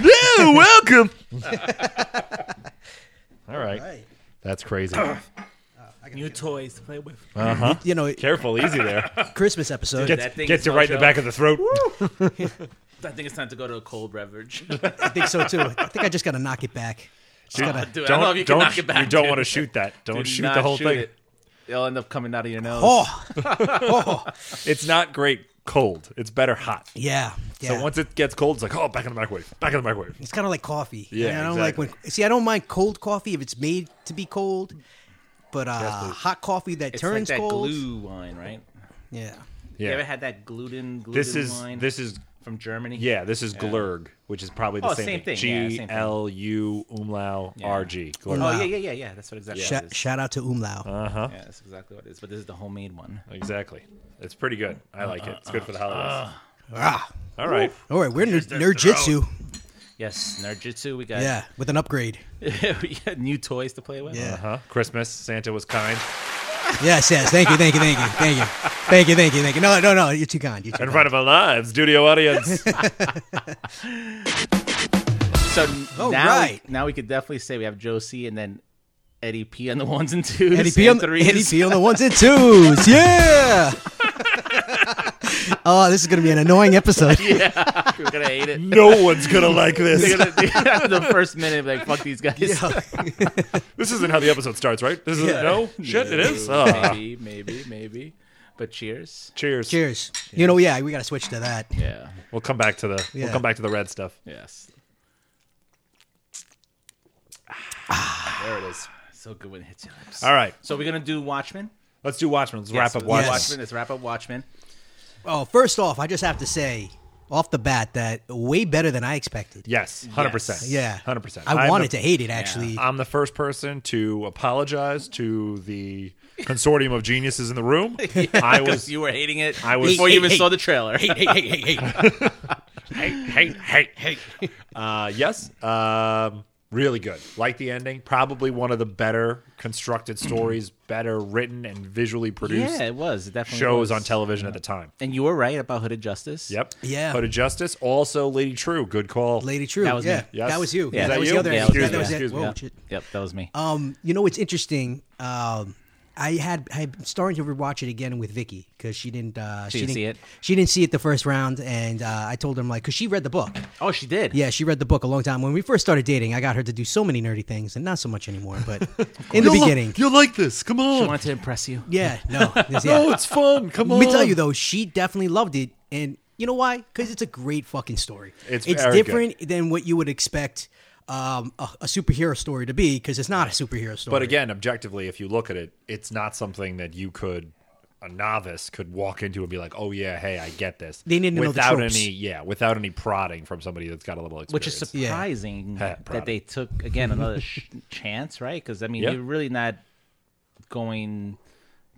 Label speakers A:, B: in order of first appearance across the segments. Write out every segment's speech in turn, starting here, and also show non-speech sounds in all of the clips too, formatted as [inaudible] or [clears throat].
A: yeah, [laughs] welcome. All right.
B: Right.
A: That's crazy.
B: I gotta
C: New
B: get-
C: toys to play with.
A: Uh huh.
B: you know,
A: [clears throat] Careful, easy
C: [laughs]
A: there.
B: Christmas episode.
C: Dude,
A: Gets,
C: that thing
A: gets
C: is
A: you
C: no
A: right in the
C: joke.
A: back of the throat.
C: I think it's time to go to a cold beverage. [laughs]
B: I think so too. I think I just got to knock it back. Just
A: Dude,
B: gotta-
C: Dude, I don't know if you can knock it back,
A: You don't
C: dude.
A: want to shoot
C: [laughs]
A: that. Don't
C: Do
A: shoot
C: not
A: the whole thing.
C: It. It'll end up coming out of your nose.
B: oh, oh,
A: It's not great cold. It's better hot.
B: yeah, yeah.
A: So once it gets cold, it's like, oh, back in the microwave. Back in the microwave.
B: it's kind of like coffee.
A: Yeah,
B: And I don't like
A: exactly.
B: when. See, I don't mind cold coffee if it's made to be cold, but uh,
A: please.
B: hot coffee that
C: it's
B: turns
C: like that
B: cold.
C: glue wine, right?
B: Yeah,
C: You ever
A: Yeah.
C: had that gluten gluten
A: This is
C: wine
A: this is
C: from Germany?
A: yeah. This is glurg, which is probably the
C: Oh,
A: same,
C: same
A: thing.
C: thing. Yeah, same
A: G
C: thing.
A: L U umlau
C: Yeah.
A: R G.
C: Oh
B: Wow.
C: yeah, yeah, yeah, yeah. That's what exactly
B: Sha-
C: it is.
B: shout out to Umlau.
A: Uh huh.
C: yeah, that's exactly what it is. But this is the homemade one.
A: Exactly. It's pretty good. I like it. It's good for the
C: Uh-huh.
A: holidays.
B: ah,
A: All right.
B: all right, we're ner-
C: that
B: nerdjitsu.
C: Yes, Nerdjitsu. We got
B: Yeah, with an upgrade.
C: [laughs] we got new toys to play with.
A: Uh
B: Yeah.
A: huh. Christmas. Santa was kind.
B: Yes, yes. Thank you, thank you, thank you, thank you, thank you, thank you, thank you. No, no, no. You're too kind. You're too
A: In front of a live studio audience.
C: So
B: All
C: now,
B: right.
C: now we could definitely say we have Josie and then Eddie P on the ones and twos.
B: Eddie P on
C: and
B: the
C: threes.
B: Eddie P on the ones and
A: [laughs]
B: twos. Yeah. oh, this is gonna be an annoying episode.
C: [laughs] We're gonna hate it.
A: no one's gonna like this.
C: They're gonna, after [laughs] the first minute, like fuck these guys.
A: This isn't how the episode starts, right? This is
B: Yeah.
A: no shit. It is.
C: Maybe,
A: Ah.
C: Maybe, maybe, maybe. But cheers.
A: Cheers.
B: [laughs] Cheers. You know, yeah, we gotta switch to that.
C: Yeah.
A: We'll come back to the.
B: Yeah.
A: We'll come back to the red stuff.
C: Yes.
A: Ah, There it is.
C: So good when it hits your lips.
A: All right.
C: So we're gonna do Watchmen.
A: Let's do Watchmen. Let's
C: Yes,
A: wrap up
C: let's do
A: Watchmen.
B: Yes.
C: Let's wrap up Watchmen.
B: Oh, first off, I just have to say, off the bat, that way better than I expected.
A: Yes, hundred percent.
B: Yeah.
A: hundred percent.
B: I wanted to hate it actually.
A: I'm the first person to apologize to the consortium of geniuses in the room. I was.
C: Because you were hating it.
A: I was-
C: before
A: Hey,
C: you even
B: hey,
C: saw the trailer.
B: Hey, hey, hey,
C: [laughs]
B: hey.
A: hey, hey, hey, hey. [laughs] Uh, yes. Um, really good. Like the ending. Probably one of the better
B: [clears throat]
A: constructed stories, better written and visually produced
C: yeah, it was. It definitely
A: shows
C: was.
A: on television at the time.
C: And you were right about Hooded Justice.
A: Yep.
B: Yeah.
A: Code of Justice. Also, Lady True. Good call.
B: Lady True.
C: That was
B: yeah,
C: me.
A: Yes.
B: that was you.
A: Yeah. Is
B: that,
A: that
B: was
A: you?
B: the other.
A: Yeah,
B: episode.
A: excuse
B: that
A: me,
B: was it.
A: excuse me.
B: Whoa,
A: Yeah.
B: shit.
C: Yep, that was me.
B: Um, you know what's interesting? Um, I had I'm starting to rewatch it again with Vicky because she didn't uh, she, didn't
C: didn't see it?
B: She didn't see it the first round, and uh, I told her I'm like because she read the book.
C: oh, she did.
B: Yeah, she read the book a long time. When we first started dating, I got her to do so many nerdy things, and not so much anymore. But in the beginning,
A: You'll like this. Come
C: She
A: on.
C: wanted to impress you.
B: yeah, no, yes, yeah.
A: [laughs] No, it's fun. Come on.
B: Let me tell you though, she definitely loved it, and you know why? Because it's a great fucking story.
A: It's
B: it's
A: very good.
B: different than what you would expect um, a, a superhero story to be because it's not a superhero story.
A: But again, objectively, if you look at it, it's not something that you could a novice could walk into and be like, "Oh yeah, hey, I get this."
B: They need to know the
A: without
B: tropes.
A: any, yeah, without any prodding from somebody that's got a little experience.
C: Which is surprising
A: Yeah,
C: that
A: product.
C: they took again another sh- chance, right? Because I mean,
A: Yeah.
C: you're really not going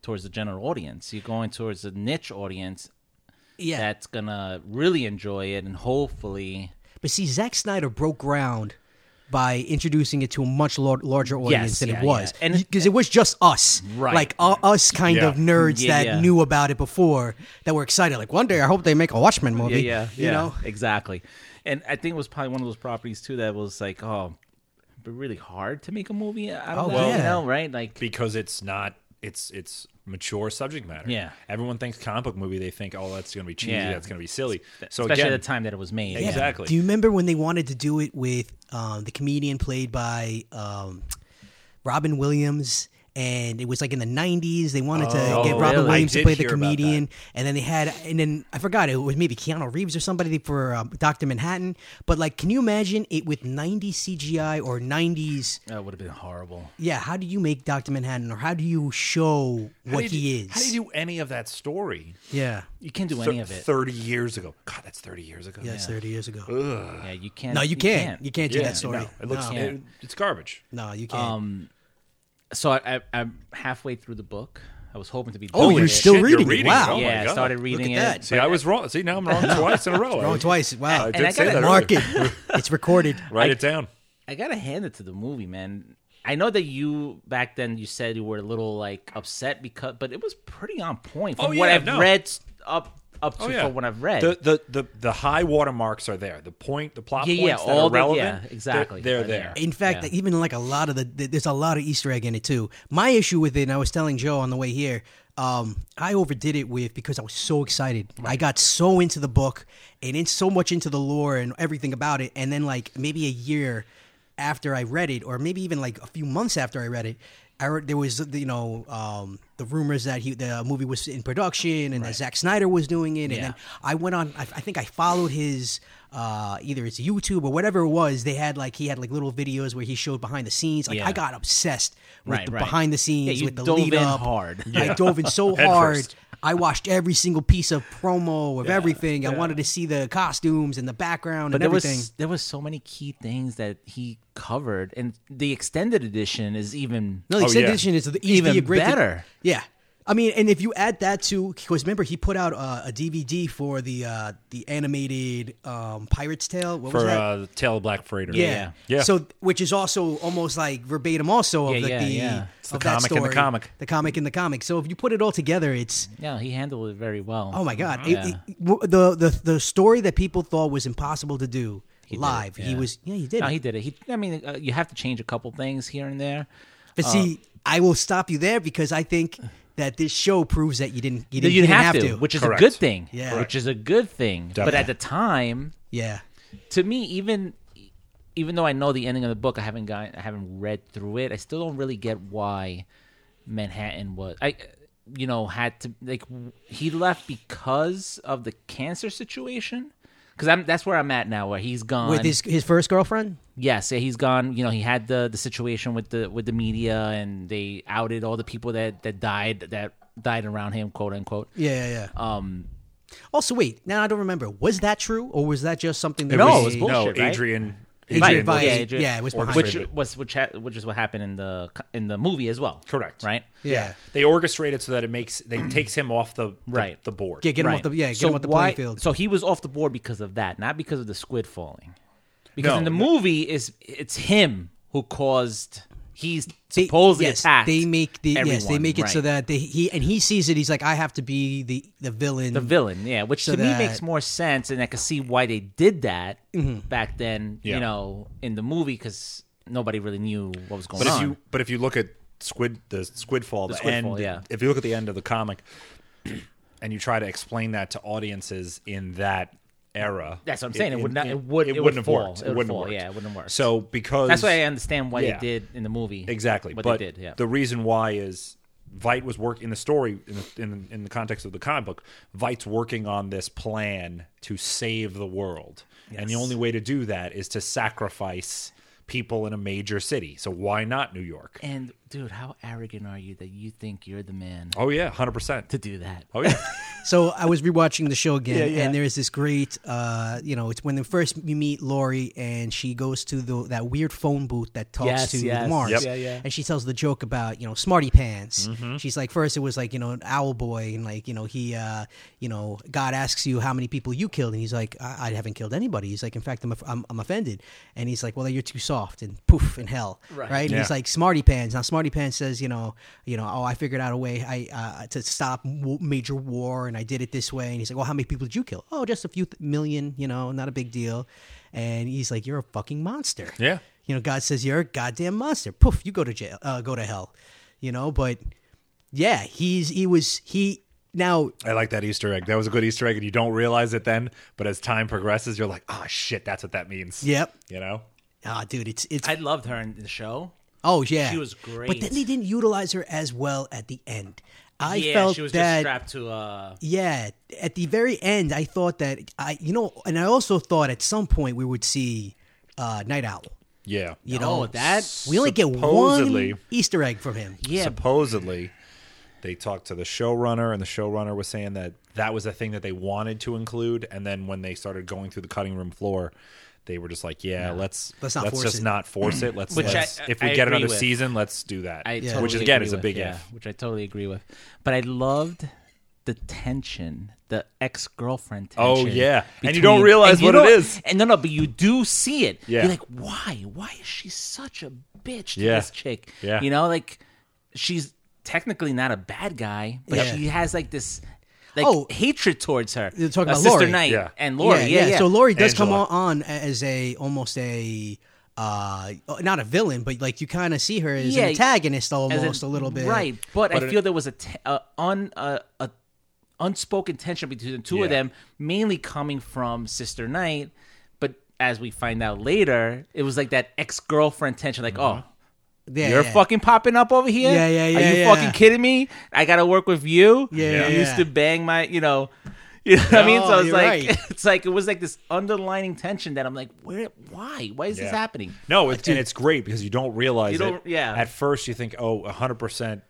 C: towards the general audience. You're going towards a niche audience
B: yeah,
C: that's gonna really enjoy it and hopefully
B: But see, Zack Snyder broke ground by introducing it to a much lar- larger audience
C: Yes,
B: than
C: yeah,
B: it was,
C: yeah. And-
B: because it was just us,
A: Right.
B: Like uh, us kind
A: Yeah.
B: of nerds
C: Yeah,
B: that
C: yeah.
B: knew about it before, that were excited. Like one day, I hope they make a Watchmen movie.
C: yeah, yeah,
B: you know.
C: exactly. And I think it was probably one of those properties too that was like, oh, but really hard to make a movie out of
B: Oh,
C: that, you
B: yeah.
C: know, right? Like,
A: because it's not it's it's mature subject matter.
C: Yeah.
A: everyone thinks comic book movie, they think, "Oh, that's going to be cheesy,
C: Yeah.
A: that's going to be silly." So
C: especially
A: again,
C: at the time that it was made.
A: Yeah. Exactly.
B: Do you remember when they wanted to do it with um, the comedian played by um, Robin Williams? And it was like in the '90s. They wanted to
A: Oh,
B: get Robin
C: really?
B: Williams
A: I
B: to
A: did
B: play the
A: hear about that.
B: comedian, and then they had, and then I forgot it was maybe Keanu Reeves or somebody for um, Doctor Manhattan. But like, can you imagine it with '90s CGI or '90s?
C: That would have been horrible.
B: Yeah, how do you make Doctor Manhattan, or how do you show
A: how
B: what
A: did
B: he
A: you-
B: is?
A: How do you do any of that story?
B: yeah,
C: You can't do
A: Thir-
C: any of it.
A: Thirty years ago. God, that's thirty years ago.
B: yeah, it's 30 years ago.
C: yeah, you can't.
B: no, you can't. You can't do
A: Yeah,
B: that story.
A: no, it looks Um,
B: no,
A: it- it's garbage.
B: no, you can't.
C: So I, I, I'm halfway through the book. I was hoping to be.
B: Oh,
C: done
B: you're
C: with it.
B: still
A: shit, you're
B: reading, it.
A: reading it.
B: Wow.
A: Oh my
C: yeah, I
A: God.
C: started
A: Look
C: reading
B: at
C: it.
B: that.
A: See, I was wrong. See, now I'm wrong
C: [laughs]
A: twice in a row.
B: Wrong Oh, twice. Wow.
A: I did
C: And I
A: say
C: gotta
A: that.
B: Mark
A: earlier.
B: it. [laughs] It's recorded.
A: Write it down.
C: I gotta hand it to the movie, man. I know that you back then you said you were a little like upset because, but it was pretty on point from
A: Oh,
C: what
A: yeah,
C: I've
A: no.
C: read s- up up
B: Oh,
C: to from what I've read.
A: The, the the the high water marks are there. The point, the plot
C: Yeah, yeah,
A: points that
C: all
A: are
C: the- yeah,
A: relevant. they're-
C: exactly,
A: They're,
C: are
A: there.
C: there.
B: In fact,
C: Yeah.
B: even like a lot of the, th- there's a lot of Easter egg in it too. My issue with it, and I was telling Joe on the way here, um, I overdid it with because I was so excited. I got so into the book and in so much into the lore and everything about it, and then like maybe a year after I read it, or maybe even like a few months after I read it. I re- there was you know um, the rumors that he the movie was in production and that Zack Snyder was doing it, and then I went on. I, I think I followed his uh, either it's YouTube or whatever it was. They had like he had like little videos where he showed behind the scenes. Like
C: Yeah.
B: I got obsessed with
C: Right,
B: the
C: right.
B: behind the scenes
C: Yeah, you
B: with the
C: dove
B: lead
C: in
B: up.
C: hard.
B: I dove in
C: [laughs]
B: so
A: Head
B: hard.
A: first.
B: I watched every single piece of promo of everything. I wanted to see the costumes and the background
C: but
B: and
C: there
B: everything.
C: was there was so many key things that he covered, and the extended edition is even
B: No, the
A: Oh,
B: extended
A: yeah.
B: edition is the, is
C: Even
B: the great-
C: better.
B: yeah, I mean, and if you add that to, because remember he put out uh, a DVD for the uh, the animated um, Pirates Tale. What was
A: For
B: that?
A: uh, the Tale of Black Freighter.
B: yeah.
A: yeah.
B: So, which is also almost like verbatim, also of
C: Yeah,
B: the,
C: yeah,
B: the,
C: yeah. It's
A: the
B: of that
A: comic in the
B: story,
A: comic.
B: the comic in the comic. So if you put it all together, it's
C: yeah, he handled it very well.
B: oh my god, It-
C: Yeah.
B: it- w- the the the story that people thought was impossible to do live. He
C: yeah.
B: was yeah, he did.
C: No,
B: it.
C: he did it. He, I mean, uh, you have to change a couple things here and there.
B: But see, I will stop you there because I think that this show proves that you didn't you
C: You,
B: didn't, you didn't
C: have, to, which is
A: Correct.
C: a good thing.
B: Yeah. Correct.
C: which is a good thing. But
A: Definitely.
C: at the time,
B: yeah.
C: to me, even even though I know the ending of the book, I haven't got, I haven't read through it. I still don't really get why Manhattan was, I, you know, had to like he left because of the cancer situation. Because I'm that's where I'm at now, where he's gone
B: With his his first girlfriend?
C: yes, yeah, he's gone. You know, he had the the situation with the with the media, and they outed all the people that that died that died around him, quote unquote.
B: Yeah, yeah, yeah.
C: Um,
B: also, wait. Now I don't remember. Was that true, or was that just something that
A: It
C: No,
A: was-
C: it was
A: no,
C: Oh, bullshit, right?
A: Adrian.
B: Adrian
A: Adrian
B: Veidt.
A: was-
B: Yeah, Adrian- yeah, it was behind
C: which
A: him.
C: was which ha- which is what happened in the in the movie as well.
A: Correct.
C: Right.
B: yeah.
A: They orchestrate it so that it makes they takes him off the, the-
C: Right.
A: the board.
B: Yeah, get him
C: right.
B: off the yeah, get
C: so
B: him off the
C: why,
B: playing field.
C: So he was off the board because of that, not because of the squid falling. Because
A: No,
C: in the
A: no.
C: movie, is it's him who caused. He's supposedly
B: yes,
C: attacked.
B: They make the yes, they
C: everyone,
B: make it so
C: right.
B: that they he and he sees it. He's like, I have to be the the villain.
C: the villain yeah which
B: So
C: to
B: that-
C: me makes more sense and i can see why they did that
B: Mm-hmm.
C: back then
A: Yeah.
C: you know in the movie because nobody really knew what was going
A: But if
C: on
A: you but if you look at squid the squid fall the,
C: squid
A: end,
C: fall, yeah.
A: if you look at the end of the comic [clears throat] and you try to explain that to audiences in that era
C: That's what I'm saying. It would not-
A: in-
C: it would- it would
A: wouldn't have
C: fall.
A: worked.
C: It
A: It,
C: would
A: wouldn't have
C: fall.
A: worked.
C: Yeah, it wouldn't have worked.
A: So because
C: that's why i understand why
A: yeah.
C: they did in the movie
A: Exactly.
C: what
A: but
C: they did yeah
A: the reason why is Veit was working in the story in the, in, in the context of the comic book. Veit's working on this plan to save the world, and the only way to do that is to sacrifice people in a major city. So why not New York?
C: and dude how arrogant are you that you think you're the man
A: Oh yeah, hundred percent.
C: to do that
A: Oh
C: [laughs]
A: yeah,
B: So I was rewatching the show again,
C: yeah.
B: and there is this great, uh, you know, it's when the first you meet Lori, and she goes to the that weird phone booth that talks
C: Yes,
B: to
C: yes.
B: Mars,
A: Yep.
C: Yeah, yeah.
B: and she tells the joke about you know Smarty Pants.
C: Mm-hmm.
B: She's like, first it was like you know an owl boy, and like you know he, uh, you know, God asks you how many people you killed, and he's like, I, I haven't killed anybody. He's like, in fact, I'm, i I'm I'm offended, and he's like, well, you're too soft, and poof in hell, right? And
A: Yeah.
B: he's like, Smarty Pants. Now Smarty Pants says, you know, you know, oh, I figured out a way I uh, to stop w- major war, and I did it this way. And he's like, well, how many people did you kill? Oh, just a few th- million, you know, not a big deal. And he's like, you're a fucking monster.
A: Yeah.
B: You know, God says you're a goddamn monster. Poof, you go to jail, uh, go to hell. You know, but yeah, he's he was he now
A: I like that Easter egg. That was a good Easter egg, and you don't realize it then. But as time progresses, you're like, oh shit, that's what that means.
B: Yep.
A: You know.
B: ah dude, it's it's
C: i loved her in the show
B: oh yeah,
C: she was
B: But
C: great.
B: then they didn't utilize her as well at the end. I
C: yeah
B: felt
C: she was
B: that
C: just strapped to uh
B: Yeah, at the very end, I thought that I, you know, and I also thought at some point we would see uh, Night Owl.
A: Yeah.
B: You know
C: oh that
B: We only get
A: Supposedly.
B: one Easter egg from him.
C: yeah
A: supposedly they talked to the showrunner and the showrunner was saying that that was a thing that they wanted to include and then when they started going through the cutting room floor they were just like yeah let's
B: Let's not force
A: just
B: it.
A: not force
C: [clears throat]
A: it let's,
C: Which I-
A: let's- if we
C: I
A: get
C: agree
A: another
C: with.
A: season let's do that
C: I
A: which
C: totally
A: again
C: agree
A: is a
C: with,
A: big
C: yeah,
A: if
C: which I totally agree with. But I loved the tension, the ex girlfriend
A: Oh,
C: tension.
A: yeah. And you
C: between-
A: don't realize
C: and you
A: what it
C: don't-
A: is.
C: And no, no, but you do see it.
A: Yeah.
C: You're like, why? Why is she such a bitch to
A: Yeah.
C: this chick?
A: Yeah.
C: You know, like she's technically not a bad guy, but
B: Yeah.
C: she has like this like
B: Oh.
C: hatred towards her.
B: You're talking
C: Uh,
B: about
C: Sister
B: Laurie.
C: Knight
A: Yeah.
C: and Laurie. Yeah, yeah.
B: So Laurie does
A: Angela.
B: come on, on as a almost a uh not a villain, but like you kind of see her as
C: Yeah,
B: an antagonist
C: As in-
B: almost a little bit.
C: right? But,
A: But
C: I
A: it-
C: feel there was a, t- a un a, a unspoken tension between the two
A: Yeah.
C: of them, mainly coming from Sister Knight. But as we find out later, it was like that ex girlfriend tension, like oh.
B: Mm-hmm. Yeah,
C: You're
B: yeah.
C: fucking popping up over here.
B: Yeah, yeah,
C: Are
B: yeah,
C: you
B: yeah.
C: fucking kidding me? I gotta work with you.
B: Yeah, yeah,
C: You used
B: yeah.
C: to bang my, you know, [laughs] you know what I mean. So
B: No,
C: it's
B: you're
C: like,
B: right.
C: [laughs] it's like it was like this underlining tension that I'm like, where, why, why is this
A: Yeah.
C: happening?
A: No, it's, and it's great because you don't realize
C: You don't-
A: it.
C: yeah.
A: At first, you think, oh, 100%,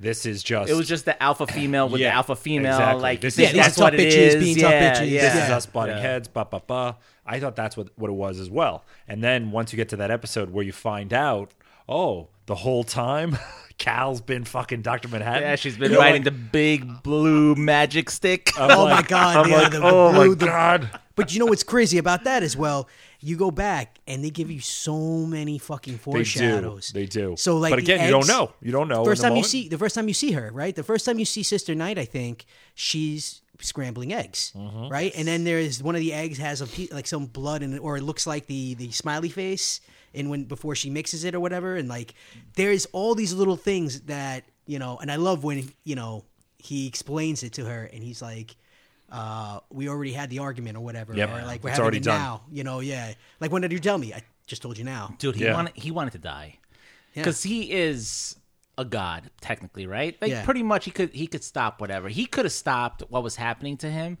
A: this is just.
C: It was just the alpha female with
A: Yeah,
C: the alpha female.
A: exactly.
C: Like,
A: This is
C: yeah,
A: us
C: that's what
B: tough
C: it
B: bitches
C: is.
B: being tough
C: yeah,
B: bitches.
C: Yeah.
A: This is
B: Yeah.
A: us butting
C: Yeah.
A: heads, ba ba ba. I thought that's what, what it was as well. And then once you get to that episode where you find out, oh, the whole time [laughs] Cal's been fucking Dr. Manhattan.
C: Yeah, she's been
A: You're
C: riding
A: like-
C: the big blue magic stick.
A: [laughs]
C: [laughs]
A: I'm
B: Oh my
A: like-
B: God,
A: I'm
B: yeah,
A: like,
B: the- the
A: oh my
B: blue- the-
A: god.
B: But you know what's crazy about that as well? You go back and they give you so many fucking
A: They
B: foreshadows.
A: do. They do.
B: So like,
A: but
B: the
A: again, you don't
B: eggs-
A: know. You don't know. in
B: First
A: the
B: time
A: moment.
B: you see the first time you see her, right? The first time you see Sister Knight, I think she's scrambling eggs,
A: Mm-hmm.
B: right? And then there is one of the eggs has a pe- like some blood in it, or it looks like the the smiley face, and when before she mixes it or whatever, and like there is all these little things that you know, and I love when you know he explains it to her, and he's like. Uh, we already had the argument or whatever,
A: Yep.
B: or like we're
A: It's
B: having
A: already
B: it
A: done.
B: now. You know, yeah. Like when did you tell me? I just told you now.
C: Dude, he
A: Yeah.
C: wanted he wanted to die because he is a god technically, right? Like
B: Yeah.
C: pretty much he could he could stop whatever he could have stopped what was happening to him,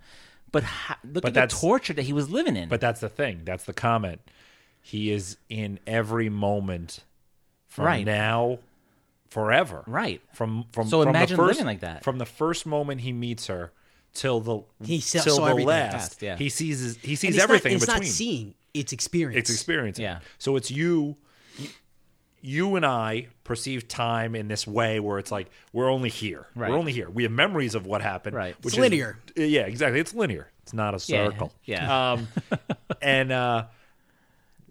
C: but ha- look at the
A: that's-
C: torture that he was living
A: [laughs]
C: in.
A: But that's the thing. That's the comment. He is in every moment from
C: Right.
A: now forever.
C: Right.
A: From from
C: So
A: from
C: imagine
A: the first,
C: living like that.
A: From the first moment he meets her till the
B: He saw-
A: till
B: saw
A: the
B: everything.
A: last.
C: Fast, yeah.
A: He sees his- he
B: And
A: sees
B: it's
A: everything
B: Not, it's
A: in between.
B: not seeing; it's experience.
A: It's experiencing.
C: Yeah.
A: So it's you, you and I perceive time in this way where it's like we're only here.
C: Right.
A: We're only here. We have memories of what happened.
C: Right.
A: which
B: It's linear.
A: Yeah, exactly. It's linear. It's not a
C: Yeah,
A: circle.
C: yeah.
A: Um, and uh,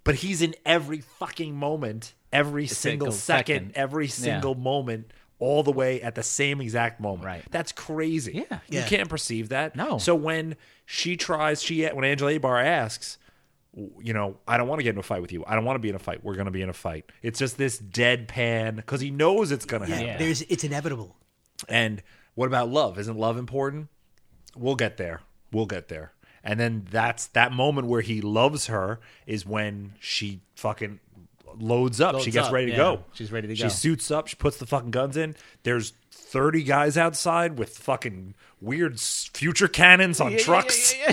A: but he's in every fucking moment, every single,
C: single
A: second,
C: second.
A: every single moment. All the way at the same exact moment.
C: Right.
A: That's crazy.
C: Yeah.
A: You
B: Yeah.
A: can't perceive that.
C: No.
A: So when she tries, she when Angela Abar asks, you know, I don't want to get in a fight with you. I don't want to be in a fight. We're going to be in a fight. It's just this deadpan because he knows it's going to
B: Yeah,
A: happen.
C: Yeah.
B: there's it's inevitable.
A: And what about love? Isn't love important? We'll get there. We'll get there. And then that's that moment where he loves her is when she fucking loads up. she
C: Loads
A: gets
C: up,
A: ready to
C: yeah.
A: go.
C: She's ready to
A: she
C: go.
A: She suits up. She puts the fucking guns in. There's 30 guys outside with fucking weird s- future cannons on trucks. [laughs]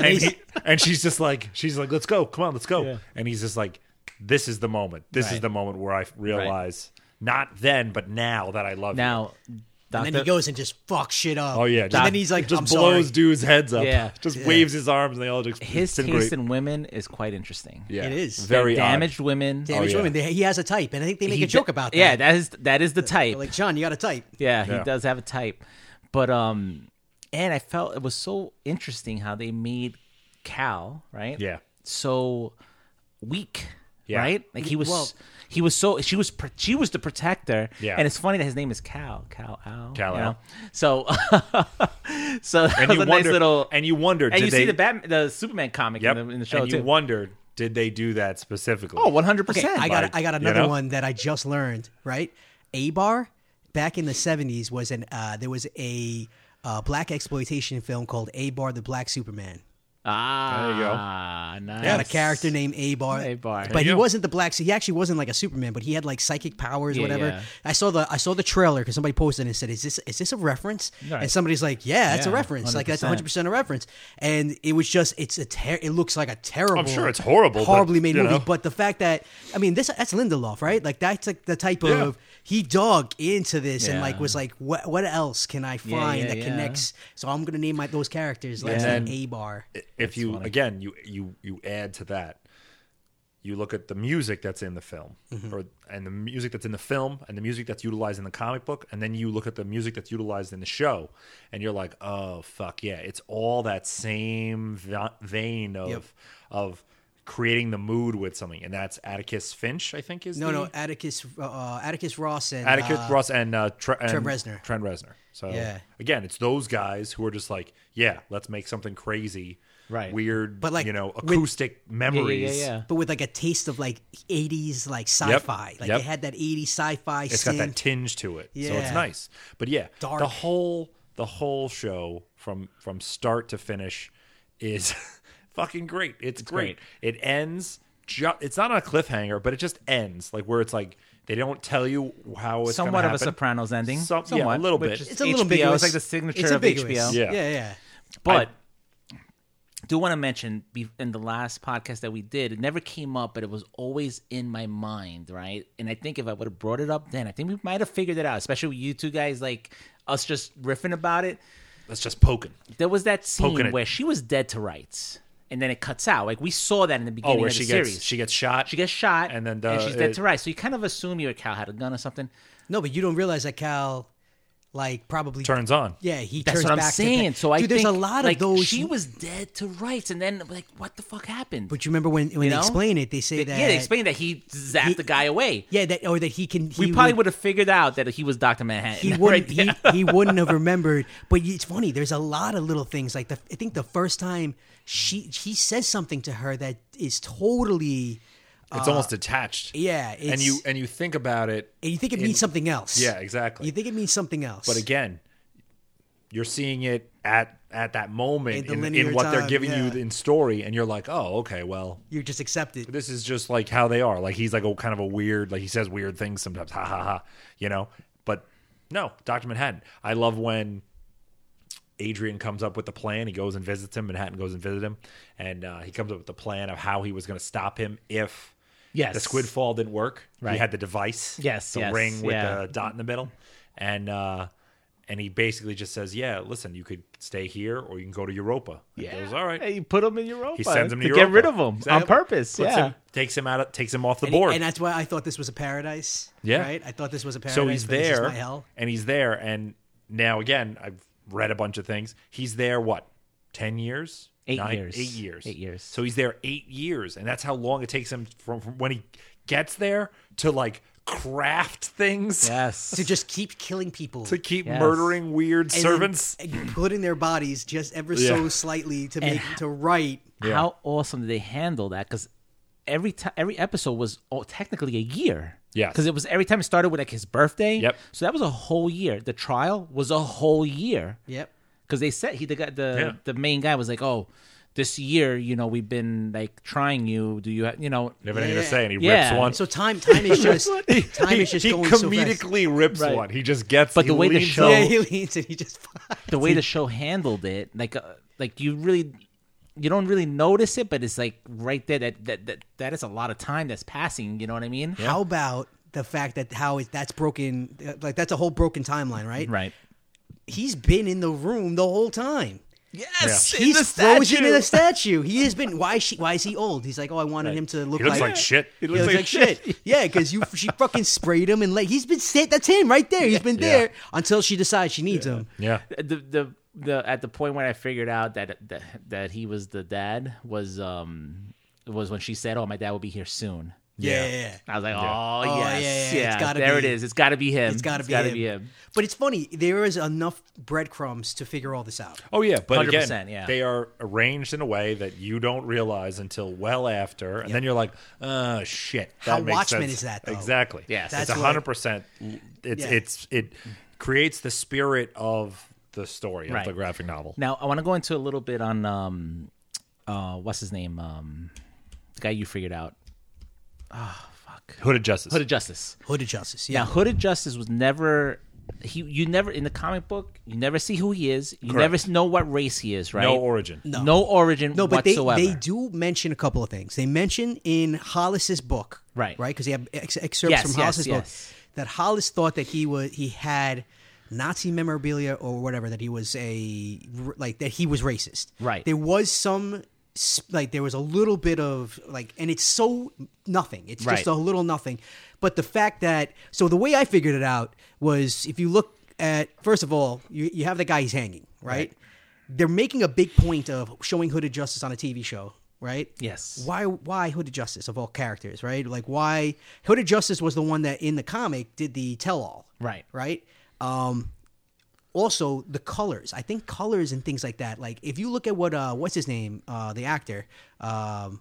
A: And, he, and she's just like, she's like, let's go. Come on, let's go. And he's just like, this is the moment. This is
C: Right.
A: the moment where I realize, not then, but now that I love you.
C: Now,
B: And
C: Doctor,
B: then he goes and just fucks shit up.
A: Oh yeah,
B: and then he's like,
A: just
B: "I'm
A: blows
B: sorry."
A: dudes' heads up.
C: Yeah.
A: just waves his arms and they all just
C: his taste
A: disintegrate.
C: in women is quite interesting.
A: yeah,
B: It is.
A: very
C: They're
A: odd.
C: damaged women.
B: Damaged
A: Oh, yeah.
B: women. They, he has a type, and I think they make
C: He
B: a joke
C: d-
B: about that.
C: Yeah, that is that is the type.
B: They're like John, you got a type.
C: Yeah, he
A: Yeah.
C: does have a type. But um and I felt it was so interesting how they made Cal, right?
A: Yeah.
C: So weak,
A: Yeah.
C: right? Like he was
B: Well-
C: he was so she was pr- she was the protector.
A: Yeah.
C: And it's funny that his name is Cal. Cal Al.
A: Cal
C: you
A: Al.
C: know? So [laughs] so that
A: And
C: was
A: you wonder,
C: a nice little
A: and you wonder,
C: and
A: did
C: you
A: they,
C: see the Batman, the Superman comic
A: yep,
C: in, the, in the show
A: and
C: too.
A: you wonder, did they do that specifically?
C: oh, 100%.
B: Okay, I got
A: like,
B: I got
A: you
B: another
A: know?
B: one that I just learned. Right, A bar back in the '70s was an uh, there was a uh, black exploitation film called A Bar the Black Superman.
C: Ah, there you go. Nice.
B: Got a character named Abar.
C: Abar. There
B: But
A: you
B: he
A: go.
B: wasn't the black. So he actually wasn't like a Superman, but he had like psychic powers,
C: Yeah,
B: whatever.
C: yeah.
B: I saw the I saw the trailer because somebody posted it and said, "Is this is this a reference?"
C: Right.
B: And somebody's like, "Yeah, it's a
C: Yeah,
B: reference. Like that's
C: 100%.
B: 100 percent a reference." And it was just it's a ter- it looks like a terrible.
A: sure it's horrible, but,
B: horribly made
A: you
B: movie.
A: know.
B: But the fact that I mean, this that's Lindelof, right? Like that's like the type of
A: Yeah.
B: he dug into this and
C: Yeah.
B: like was like, "What what else can I find
C: yeah,
B: that
C: yeah.
B: connects?" So I'm gonna name my those characters like
A: And
B: A Bar.
A: if you again you you you add to that you look at the music that's in the film
B: Mm-hmm.
A: or and the music that's in the film and the music that's utilized in the comic book and then you look at the music that's utilized in the show and you're like oh fuck yeah it's all that same va- vein of
B: Yep.
A: of creating the mood with something, and that's Atticus Finch, I think is
B: No,
A: the-
B: no, Atticus, uh, Atticus Ross and
A: Atticus
B: uh,
A: Ross and, uh, Tre- and
B: Trent Reznor.
A: Trent Reznor. So
B: Yeah.
A: again, it's those guys who are just like, yeah, let's make something crazy,
C: Right.
A: Weird,
B: But,
A: but
B: like,
A: like you know,
B: with-
A: acoustic memories.
C: Yeah, yeah, yeah.
B: uh, but with like a taste of like '80s like sci-fi. Like
A: yep.
B: it had that '80s sci-fi.
A: It's got
B: synth.
A: that tinge to it, so
B: Yeah.
A: it's nice. But yeah,
B: Dark.
A: the whole the whole show from from start to finish is [laughs] fucking great. It's, great. It ends. Ju- it's not on a cliffhanger, but it just ends like where it's like they don't tell you how it's gonna
C: Somewhat of a
A: happen.
C: Sopranos ending.
A: Some- yeah, a
C: somewhat,
A: little
C: which
A: bit.
C: is
B: It's a little
C: HBO.
B: ambiguous.
C: It's like the signature
B: It's
C: of
B: ambiguous.
C: HBO.
A: Yeah.
B: yeah, yeah.
C: But do want to mention be- in the last podcast that we did, it never came up, but it was always in my mind, right? And I think if I would have brought it up then, I think we might have figured it out, especially with you two guys, like us just riffing about it.
A: That's just poking.
C: There was that
A: Poking
C: scene
A: it.
C: where she was dead to rights, and then it cuts out. Like we saw that in the
A: Oh,
C: beginning
A: where
C: of the
A: she
C: series.
A: gets she gets shot.
C: She gets shot,
A: And then the-
C: she's dead
A: it-
C: to rights. So you kind of assume your cow had a gun or something.
B: No, but you don't realize that Cal, like probably
A: turns on.
B: Yeah, he
C: That's
B: turns
C: what I'm
B: back. to the-
C: saying. So I
B: Dude,
C: think,
B: there's a lot
C: like,
B: of those.
C: She was dead to rights, and then like, what the fuck happened?
B: but you remember when when
C: You
B: they
C: know?
B: explain it, they say that
C: yeah, they explained that he zapped
B: He-
C: the guy away.
B: yeah, that or that he can. He
C: we probably
B: would.
C: would have figured out that he was Doctor Manhattan.
A: [laughs]
B: He
C: [laughs] right
B: wouldn't.
C: there.
B: he, he wouldn't have remembered. But it's funny. There's a lot of little things like the. I think the first time she he says something to her that is totally.
A: It's almost detached.
B: Yeah,
A: and
B: it's-
A: you and you think about it.
B: And you think it
A: in-
B: means something else.
A: Yeah, exactly.
B: You think it means something else.
A: but again, you're seeing it at at that
B: At
A: moment
B: the
A: in,
B: linear
A: in what
B: time,
A: they're giving
B: yeah.
A: you in story, and you're like, oh, okay, well,
B: you just accept it.
A: this is just like how they are. Like he's like a kind of a weird, like he says weird things sometimes, ha ha ha, you know. But no, Doctor Manhattan. I love when Adrian comes up with the plan. He goes and visits him. Manhattan goes and visits him, and uh, he comes up with the plan of how he was going to stop him if
C: Yes.
A: the squid fall didn't work.
C: Right.
A: He had the device,
C: Yes,
A: the
C: yes,
A: ring with
C: yeah.
A: the dot in the middle, and uh, and he basically just says, "Yeah, listen, you could stay here, or you can go to Europa." And he goes, all right.
C: you put him in Europa.
A: He sends him to,
C: get
A: Europa.
C: rid of him on
A: Exactly.
C: purpose.
A: Puts
C: yeah,
A: him- takes him out. Of, takes him off the
B: And,
A: board.
B: and that's why I thought this was a paradise.
A: Yeah.
B: Right. I thought this was a paradise.
A: so he's
B: but this is
A: there,
B: my hell.
A: and he's there, and now again, I've read a bunch of things. He's there. What? Ten years?
C: Eight years.
A: Eight years.
C: Eight years.
A: So he's there eight years, and that's how long it takes him from, from when he gets there to like craft things
C: yes.
B: To just keep killing
A: [laughs]
B: people.
A: to keep
C: Yes.
A: murdering weird
B: and
A: servants.
B: then putting their bodies just ever so
A: Yeah.
B: slightly to
C: And
B: make to right.
A: Yeah.
C: How awesome did they handle that? Because every time, every episode was all, technically a year.
A: Yes.
C: Because it was every time it started with like his birthday.
A: Yep.
C: So that was a whole year. The trial was a whole year.
B: Yep.
C: Because they said he the guy, the
A: Yeah.
C: the main guy was like, oh, this year, you know, we've been like trying you. Do you, ha-, you know?
A: You have anything
B: Yeah.
A: to say? And he
C: Yeah.
A: rips one.
B: So time
A: [laughs]
B: time is just time
A: he,
B: is just
A: he
B: going so fast.
A: comedically rips
C: Right.
A: one. He just gets.
C: But
A: he
C: the way the
A: leans
C: show-
B: Yeah,
A: over.
B: he leans and he just. [laughs]
C: the way the show handled it, like uh, like you really you don't really notice it, but it's like right there that that that, that is a lot of time that's passing. You know what I mean?
B: How about the fact that how it, that's broken? uh, Like that's a whole broken timeline, right?
C: Right.
B: He's been in the room the whole time.
C: Yes,
B: He's frozen in a statue. He has been. Why is she? Why is he old? He's like, oh, I wanted him to look
A: He looks
B: like.
A: like shit.
B: He looks
A: [laughs]
B: like shit. Yeah, because you she fucking sprayed him and like he's been sit. That's him right there. He's been there until she decides she needs him.
A: Yeah.
C: the the the at the point when I figured out that that, that he was the dad was um was when she said, "Oh, my dad will be here soon."
B: Yeah,
A: Yeah.
B: yeah, yeah.
C: I was like, "Oh,
B: Oh,
C: yes,
B: yeah, yeah,
C: yeah,
B: it's gotta
C: there
B: be-
C: it is. It's got to be him.
B: It's got to be,
C: gotta
B: him. But it's funny. There is enough breadcrumbs to figure all this out.
A: Oh yeah, but
C: 100%,
A: again,
C: yeah.
A: they are arranged in a way that you don't realize until well after, and then you're like, "Uh, shit." That
B: How
A: makes
B: Watchmen
A: sense.
B: is that, though?
A: Exactly.
C: Yes.
A: it's
B: That's what-
A: hundred percent. It's
B: Yeah.
A: it's it creates the spirit of the story
C: Right.
A: of the graphic novel.
C: Now I want to go into a little bit on um, uh, what's his name, um, the guy you figured out,
A: Hood of Justice.
C: Hooded Justice.
B: Hood of Justice.
C: Now
B: Yeah.
C: Hooded Justice was never he. You never in the comic book, you never see who he is. You
A: Correct.
C: never know what race he is. Right?
A: No origin.
C: No, origin.
B: No, but they,
C: whatsoever.
B: they do mention a couple of things. They mention in Hollis's book,
C: Right.
B: Right, because they have ex- excerpts
C: Yes,
B: from
C: yes,
B: Hollis's
C: yes.
B: book that Hollis thought that he was he had Nazi memorabilia or whatever that he was a like that he was racist.
C: Right.
B: There was some s- like there was a little bit of like, and it's so nothing. It's
C: Right.
B: just a little nothing. But the fact that so the way I figured it out was if you look at first of all you you have the guy he's hanging right. They're making a big point of showing Hooded Justice on a TV show right?
C: Yes.
B: Why why Hooded Justice of all characters, right? Like why Hooded Justice was the one that in the comic did the tell all.
C: Right.
B: Right? Um also the colors. I think colors and things like that. Like if you look at what uh what's his name? Uh the actor. Um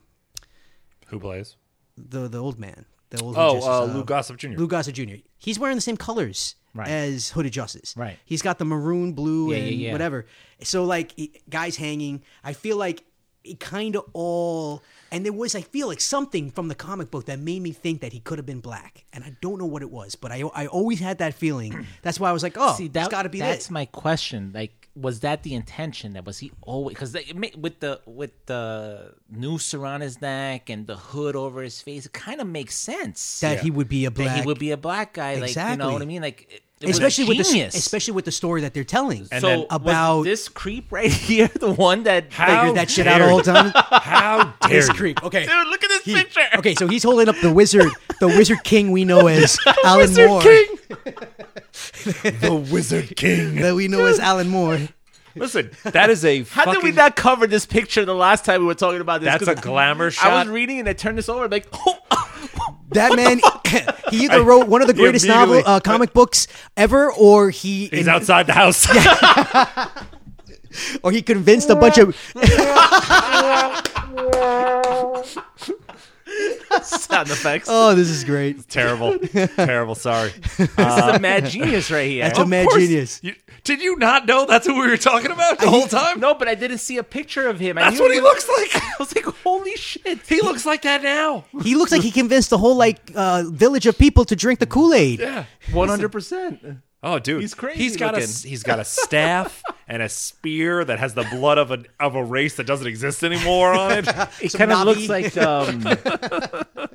A: Who plays?
C: [laughs]
B: the the old man. The old
A: Oh,
B: Hooded
A: uh,
B: Justice,
A: Lou Gossett Jr.
B: Lou Gossett Jr. He's wearing the same colors
C: Right.
B: as Hooded Justice.
C: Right.
B: He's got the maroon, blue,
C: Yeah,
B: and
C: yeah, yeah.
B: whatever. So like he- guys hanging. I feel like it kind of all. And there was I feel like something from the comic book that made me think that he could have been black, and I don't know what it was, but I I always had that
C: [clears throat]
B: feeling. That's why I was like, oh,
C: See, that,
B: it's got to be
C: that's
B: this.
C: my question. Like, was that the intention? That was he always because with the with the noose around his neck and the hood over his face, it kind of makes sense
B: that
A: Yeah.
B: he would be a black,
C: that he would be a black guy. Like, you know
B: Exactly.
C: what I mean? Like, it, it
B: especially
C: was
B: with the
C: genius.
B: especially with the story that they're telling.
A: And
C: so
A: then
C: was
B: about-
C: this creep right [laughs] here, the one that
A: How
B: Figured that shit out
A: dare
B: all
A: you.
C: [laughs]
B: done.
A: How dare
B: This
A: you?
B: creep. Okay,
C: Dude, look at this
B: He-
C: picture.
A: [laughs]
B: Okay, so he's holding up the wizard, the wizard king we know as Alan
C: Wizard
B: Moore,
C: King.
A: The
C: [laughs]
A: Wizard King.
B: that we know as Alan Moore.
A: Listen, that is a
C: [laughs] How
A: fucking,
C: did we not cover this picture the last time we were talking about this?
A: That's
C: 'Cause
A: a glamour
C: [laughs] I
A: shot.
C: was reading and I turned this over. I'm like, [laughs] oh,
B: That man, [laughs] he either wrote one of the
A: He
B: greatest novel,
A: immediately-
B: uh, comic books ever, or he
A: He's outside the house.
C: [laughs]
B: or he convinced a bunch of.
C: sound effects.
B: Oh, this is great.
A: [laughs] terrible, terrible.
C: [laughs]
A: Sorry.
C: this is a mad genius right here.
B: That's a mad
A: Of course,
B: genius.
A: you- did you not know that's who we were talking about the whole
C: [laughs]
A: time?
C: No, but I didn't see a picture of him. I
A: That's
C: knew
A: what he
C: was-
A: looks like.
C: [laughs] I was like, holy shit.
A: He looks like that now.
B: He looks like he convinced the whole like uh, village of people to drink the Kool Aid.
A: Yeah.
C: 100%.
A: Oh, dude,
C: He's crazy
A: He's got
C: looking.
A: a he's got a staff and a spear that has the blood of a of a race that doesn't exist anymore on it.
C: He kind of
B: knobby-
C: looks like um,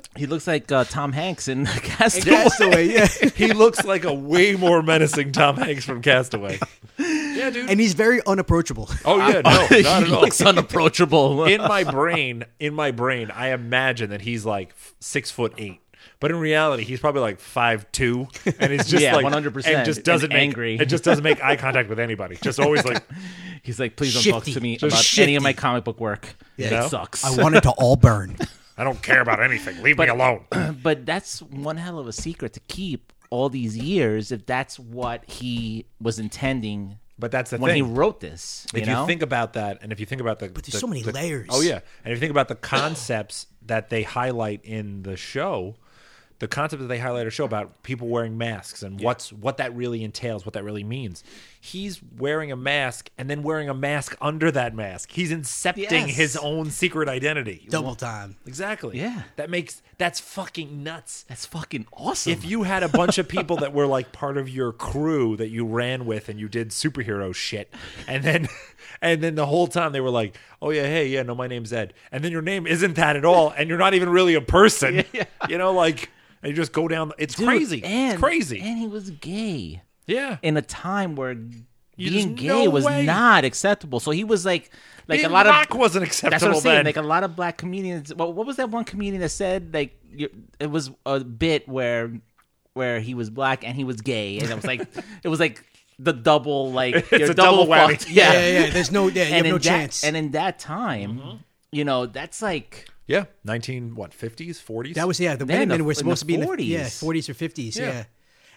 C: [laughs] he looks like uh, Tom Hanks in [laughs] Castaway.
B: Castaway, [laughs] yeah.
A: he looks like a way more menacing Tom Hanks from Castaway. Yeah, dude.
B: And he's very unapproachable.
A: oh yeah, no, not
B: [laughs]
C: he
A: at all.
C: looks [laughs] unapproachable.
A: In my brain, in my brain, I imagine that he's like f- six foot eight. But in reality, he's probably like five two, and he's just
C: [laughs] Yeah,
A: like
C: 100%,
A: and just
C: and
A: doesn't make,
C: angry.
A: It just doesn't make eye contact with anybody. Just always like
C: [laughs] He's like, please don't
B: Shifty.
C: talk to me
B: Just
C: about any
B: shifty.
C: of my comic book work.
A: No?
C: It sucks.
B: I want it to all burn.
A: I don't care about anything. Leave me
C: [clears throat]
A: alone.
C: but that's one hell of a secret to keep all these years if that's what he was intending
A: But that's the
C: when
A: thing.
C: he wrote this. You
A: if
C: know?
A: you think about that, and if you think about the, but
B: there's so many layers.
A: Oh yeah, and if you think about the concepts [coughs] that they highlight in the show, the concept that they highlight in the show about people wearing masks and what's what that really entails, what that really means. He's wearing a mask and then wearing a mask under that mask. He's incepting
C: Yes.
A: his own secret identity.
B: Double time.
A: Exactly.
C: Yeah.
A: That makes that's fucking nuts.
C: that's fucking awesome.
A: If you had a bunch of people that were like part of your crew that you ran with and you did superhero shit, and then and then the whole time they were like, "Oh yeah, hey, yeah, no, my name's Ed," and then your name isn't that at all, and you're not even really a person,
C: [laughs]
A: you know, like and you just go down. It's
C: Dude,
A: crazy.
C: and-
A: it's crazy.
C: And he was gay
A: yeah.
C: in a time where
A: there's
C: being gay
A: no
C: was
A: way.
C: not acceptable. So he was like, like
A: Being
C: a lot
A: black
C: of.
A: wasn't
C: That's what
A: acceptable
C: I'm saying.
A: then.
C: Like a lot of black comedians. Well, what was that one comedian that said like you it was a bit where where he was black and he was gay, and it
A: [laughs]
C: was like it was like the double like it's
A: a double whammy.
B: Yeah, yeah, yeah. There's no, yeah, you have
C: and
B: no
C: in that,
B: chance.
C: And in that time,
A: Mm-hmm.
C: you know, that's like
A: yeah, nineteen what fifties, forties.
B: That was yeah. The
C: Yeah, in
B: women
C: the-
B: were
C: in the
B: supposed to be in the
C: 40s.
B: yeah forties or fifties. Yeah.
A: Yeah.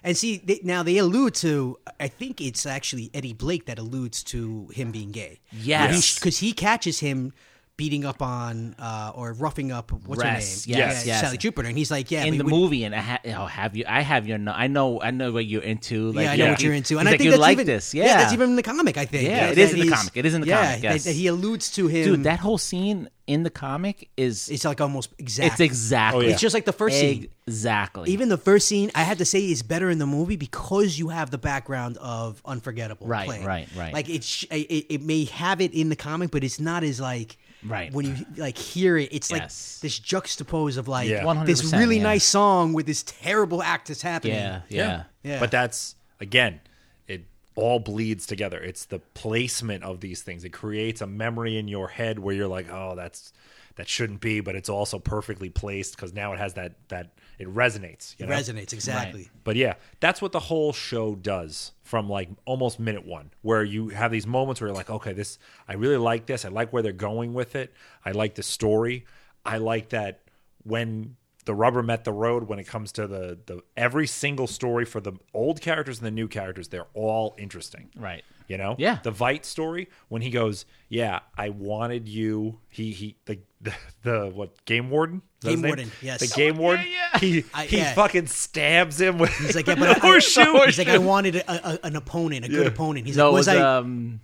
B: and see they, now they allude to. I think it's actually Eddie Blake that alludes to him being gay.
C: Yes.
B: because he catches him beating up on uh, or roughing up what's
C: Rest,
B: her name?
C: yes,
B: yeah,
C: yes.
B: Sally Jupiter, and he's like, yeah,
C: in
B: we
C: the
B: would-
C: movie, and I ha- oh, have you? I have your. nu- I know. I know what you're into. Like,
B: yeah, I
C: you
B: know
A: yeah.
B: what you're into,
C: he's
B: and I
C: like,
B: think
C: you
B: that's
C: like
B: even,
C: this. Yeah.
B: yeah. that's even in the comic. I think.
C: Yeah, it
B: that
C: is in the
B: he's-
C: comic. It is in the
B: yeah,
C: comic,
B: that-
C: yes.
B: that he alludes to him.
C: dude. That whole scene in the comic is
B: it's like almost exact.
C: it's exactly.
A: Oh, yeah.
B: It's just like the first scene.
C: Exactly.
B: even the first scene I had to say is better in the movie because you have the background of Unforgettable.
C: Right,
B: playing.
C: right, right.
B: Like it, sh- it, it may have it in the comic, but it's not as like
C: Right.
B: when you like hear it. It's
C: Yes.
B: like this juxtapose of like
A: Yeah.
B: this
C: 100%,
B: really
C: yeah.
B: nice song with this terrible act that's happening.
C: yeah, yeah.
B: Yeah.
A: But that's again, it all bleeds together. It's the placement of these things. It creates a memory in your head where you're like, "Oh, that's that shouldn't be, but it's also perfectly placed because now it has that that it resonates. You know?
B: resonates exactly.
C: [laughs]
A: But yeah, that's what the whole show does from like almost minute one, where you have these moments where you're like, okay, this, I really like this. I like where they're going with it. I like the story. I like that when the rubber met the road, when it comes to the, the every single story for the old characters and the new characters, they're all interesting.
C: Right.
A: You know?
C: Yeah.
A: The Vite story, when he goes, yeah, I wanted you, he, he, the, the, the what, Game Warden? Is that
B: Game
A: his name?
B: Warden, yes.
A: The Game Warden?
C: Oh, yeah.
A: He,
B: I-
A: he
B: yeah.
A: fucking stabs him with [laughs]
B: He's like, yeah,
A: the
B: but I,
A: horseshoe.
B: [laughs] He's like, I wanted a, a, an opponent, a good opponent. He's
C: No,
B: like,
C: it
B: was,
C: was,
B: I
C: um,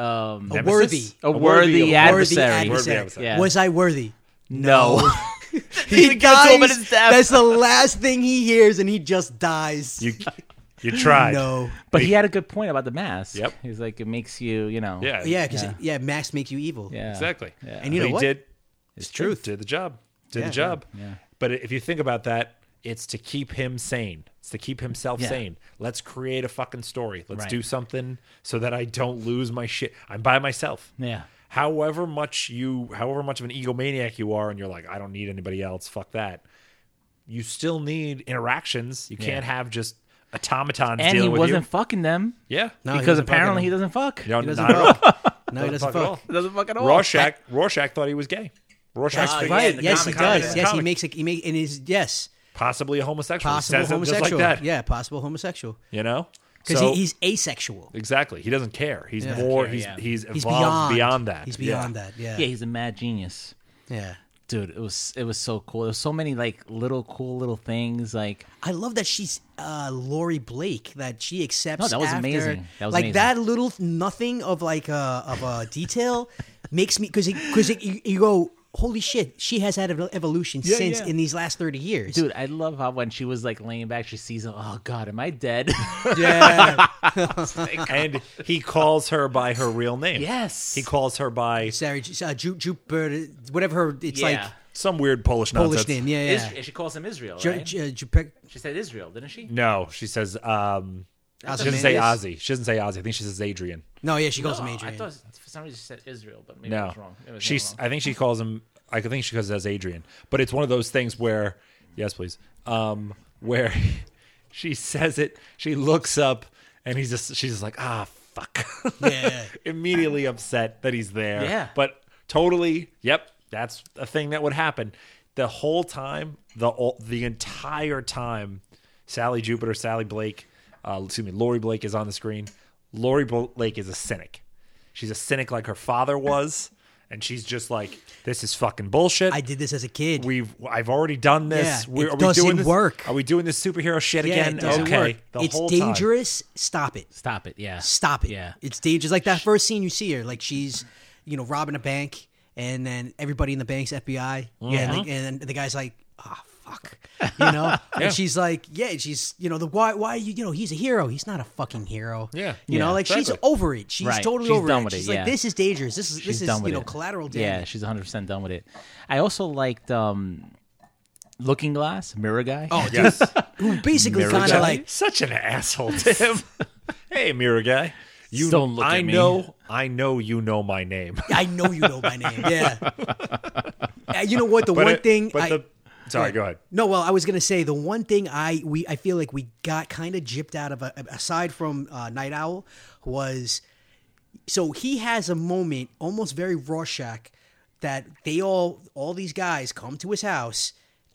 C: um,
B: a worthy?
C: a
A: worthy-
C: worthy,
A: a worthy
C: adversary.
B: Worthy
A: Worthy
B: adversary.
A: adversary.
C: Yeah.
B: Was I
C: [laughs]
B: worthy?
C: No.
B: He
C: gets
B: dies.
C: home in his death.
B: That's the last thing he hears, and he just dies.
A: You you tried.
B: no.
C: but he had a good point about the mask.
A: Yep.
C: He's like, it makes you, you know.
A: Uh, Yeah.
B: Yeah, because yeah. max make you evil.
C: Yeah.
A: Exactly.
B: And you
A: But
B: know
A: he
B: what?
A: did.
B: It's
A: did-
B: truth.
A: Did the job. Did
B: Yeah.
A: the job.
C: Yeah.
A: But if you think about that, it's to keep him sane. It's to keep himself
C: Yeah.
A: sane. Let's create a fucking story. Let's
C: Right.
A: do something so that I don't lose my shit. I'm by myself.
C: Yeah.
A: However much you, however much of an egomaniac you are, and you're like, I don't need anybody else. Fuck that. You still need interactions. You can't have just automatons
C: And he
A: dealing with
C: wasn't
A: you.
C: fucking them.
A: Yeah.
B: No, he
C: because
B: doesn't fuck
C: apparently
B: them.
C: he doesn't fuck.
A: No,
B: doesn't
A: not at all.
B: No, he doesn't
A: fuck at all.
B: fuck.
C: He doesn't fuck at all.
A: Rorschach, Rorschach thought he was gay. Rorschach's
B: Ah,
A: fake-
B: Oh, right.
A: in the
B: Yes,
A: comic,
B: he
A: comic, in
B: does.
A: the
B: Yes, he
A: comic.
B: makes it. He make and he's yes,
A: possibly a homosexual. He
B: possible
A: says it just
B: homosexual.
A: like that.
B: Yeah, possible homosexual.
A: You know,
B: Because
A: So-
B: he, he's asexual.
A: exactly. He doesn't care. He's more.
C: care,
A: he's
C: yeah.
A: he's evolved
B: He's
A: beyond,
B: beyond,
A: that.
B: He's
A: Yeah.
B: beyond that. Yeah.
C: Yeah, he's a mad genius.
B: yeah.
C: Dude, it was it was so cool. There's so many like little cool little things like
B: I love that she's uh, Lori Blake. That she accepts.
C: No, that was
B: after-
C: amazing. That was
B: like
C: amazing.
B: that little nothing of like uh, of a detail [laughs] makes me because because you, you go holy shit she has had an evolution since
C: yeah.
B: in these last thirty years.
C: dude, I love how when she was like laying back, she sees oh god, am I dead?
B: [laughs]
C: [laughs]
B: Yeah.
A: [laughs] And he calls her by her real name.
C: Yes.
A: He calls her by
B: Sarah uh, Ju- Jupiter, whatever her it's like
C: Yeah.
A: some weird Polish
B: Polish
A: nonsense.
B: name. Yeah, yeah.
C: Isra- she calls him Israel,
B: Ju-
C: right?
B: Ju- Jupiter-
C: she said Israel, didn't she?
A: No, she says. um She doesn't say
B: Ozymandias?
A: Ozzy. She doesn't say Ozzy. I think she says Adrian.
B: No, yeah, she calls
C: Oh,
B: him Adrian.
C: I thought for some reason she said Israel, but maybe I
A: No,
C: was wrong. It was
A: she's.
C: wrong.
A: I think she calls him. I think she calls it as Adrian. But it's one of those things where, yes, please. Um, where [laughs] she says it, she looks up, and he's just. She's just like, ah, fuck.
B: Yeah.
A: [laughs] Immediately upset that he's there.
C: Yeah.
A: But totally. Yep. That's a thing that would happen. The whole time, the all- the entire time, Sally Jupiter, Sally Blake, uh, excuse me, Lori Blake is on the screen. Lori Blake is a cynic. She's a cynic like her father was, and she's just like, "This is fucking bullshit.
B: I did this as a kid.
A: We've I've already done this.
B: Yeah,
A: We're,
B: it
A: are we
B: doesn't
A: doing this?
B: work.
A: Are we doing this superhero shit
B: yeah,
A: again?
B: it doesn't
A: okay,
B: work.
A: the
B: it's
A: whole time.
B: dangerous. Stop it.
C: Stop it, yeah.
B: Stop it.
C: Yeah.
B: It's dangerous. Like that first scene you see her, like she's, you know, robbing a bank, and then everybody in the bank's FBI. Yeah.
C: Uh-huh.
B: And, the, and the guy's like, ah, fuck. You know,
C: [laughs]
B: and she's like, yeah, she's, you know, the why, why are you, you know, he's a hero. He's not a fucking hero.
A: Yeah.
B: You
A: Yeah,
B: know, like she's
A: exactly.
B: over it. She's
C: Right.
B: totally
C: She's
B: over
C: done
B: it.
C: with it,
B: she's
C: yeah.
B: like, this is dangerous. This is
C: She's
B: this
C: done
B: is
C: with
B: you know
C: it.
B: collateral
C: Yeah,
B: damage.
C: she's 100 percent done with it. I also liked um, Looking Glass, Mirror Guy.
B: Oh, dude,
A: Yes.
B: who [laughs] basically
C: Mirror
B: kind
C: guy?
B: of like
A: such an
C: [laughs]
A: asshole to him. hey, mirror guy, you
C: Don't look
A: I
C: at me.
A: know, I know you know my name. [laughs]
B: I know you know my
C: [laughs]
B: name. Yeah. Uh, you know what? The
A: But
B: one
A: it-
B: thing.
A: but
B: I,
A: the sorry, go ahead.
B: No, well, I was gonna say the one thing I we I feel like we got kind of gypped out of uh, aside from uh, Night Owl was so he has a moment almost very Rorschach that they all all these guys come to his house.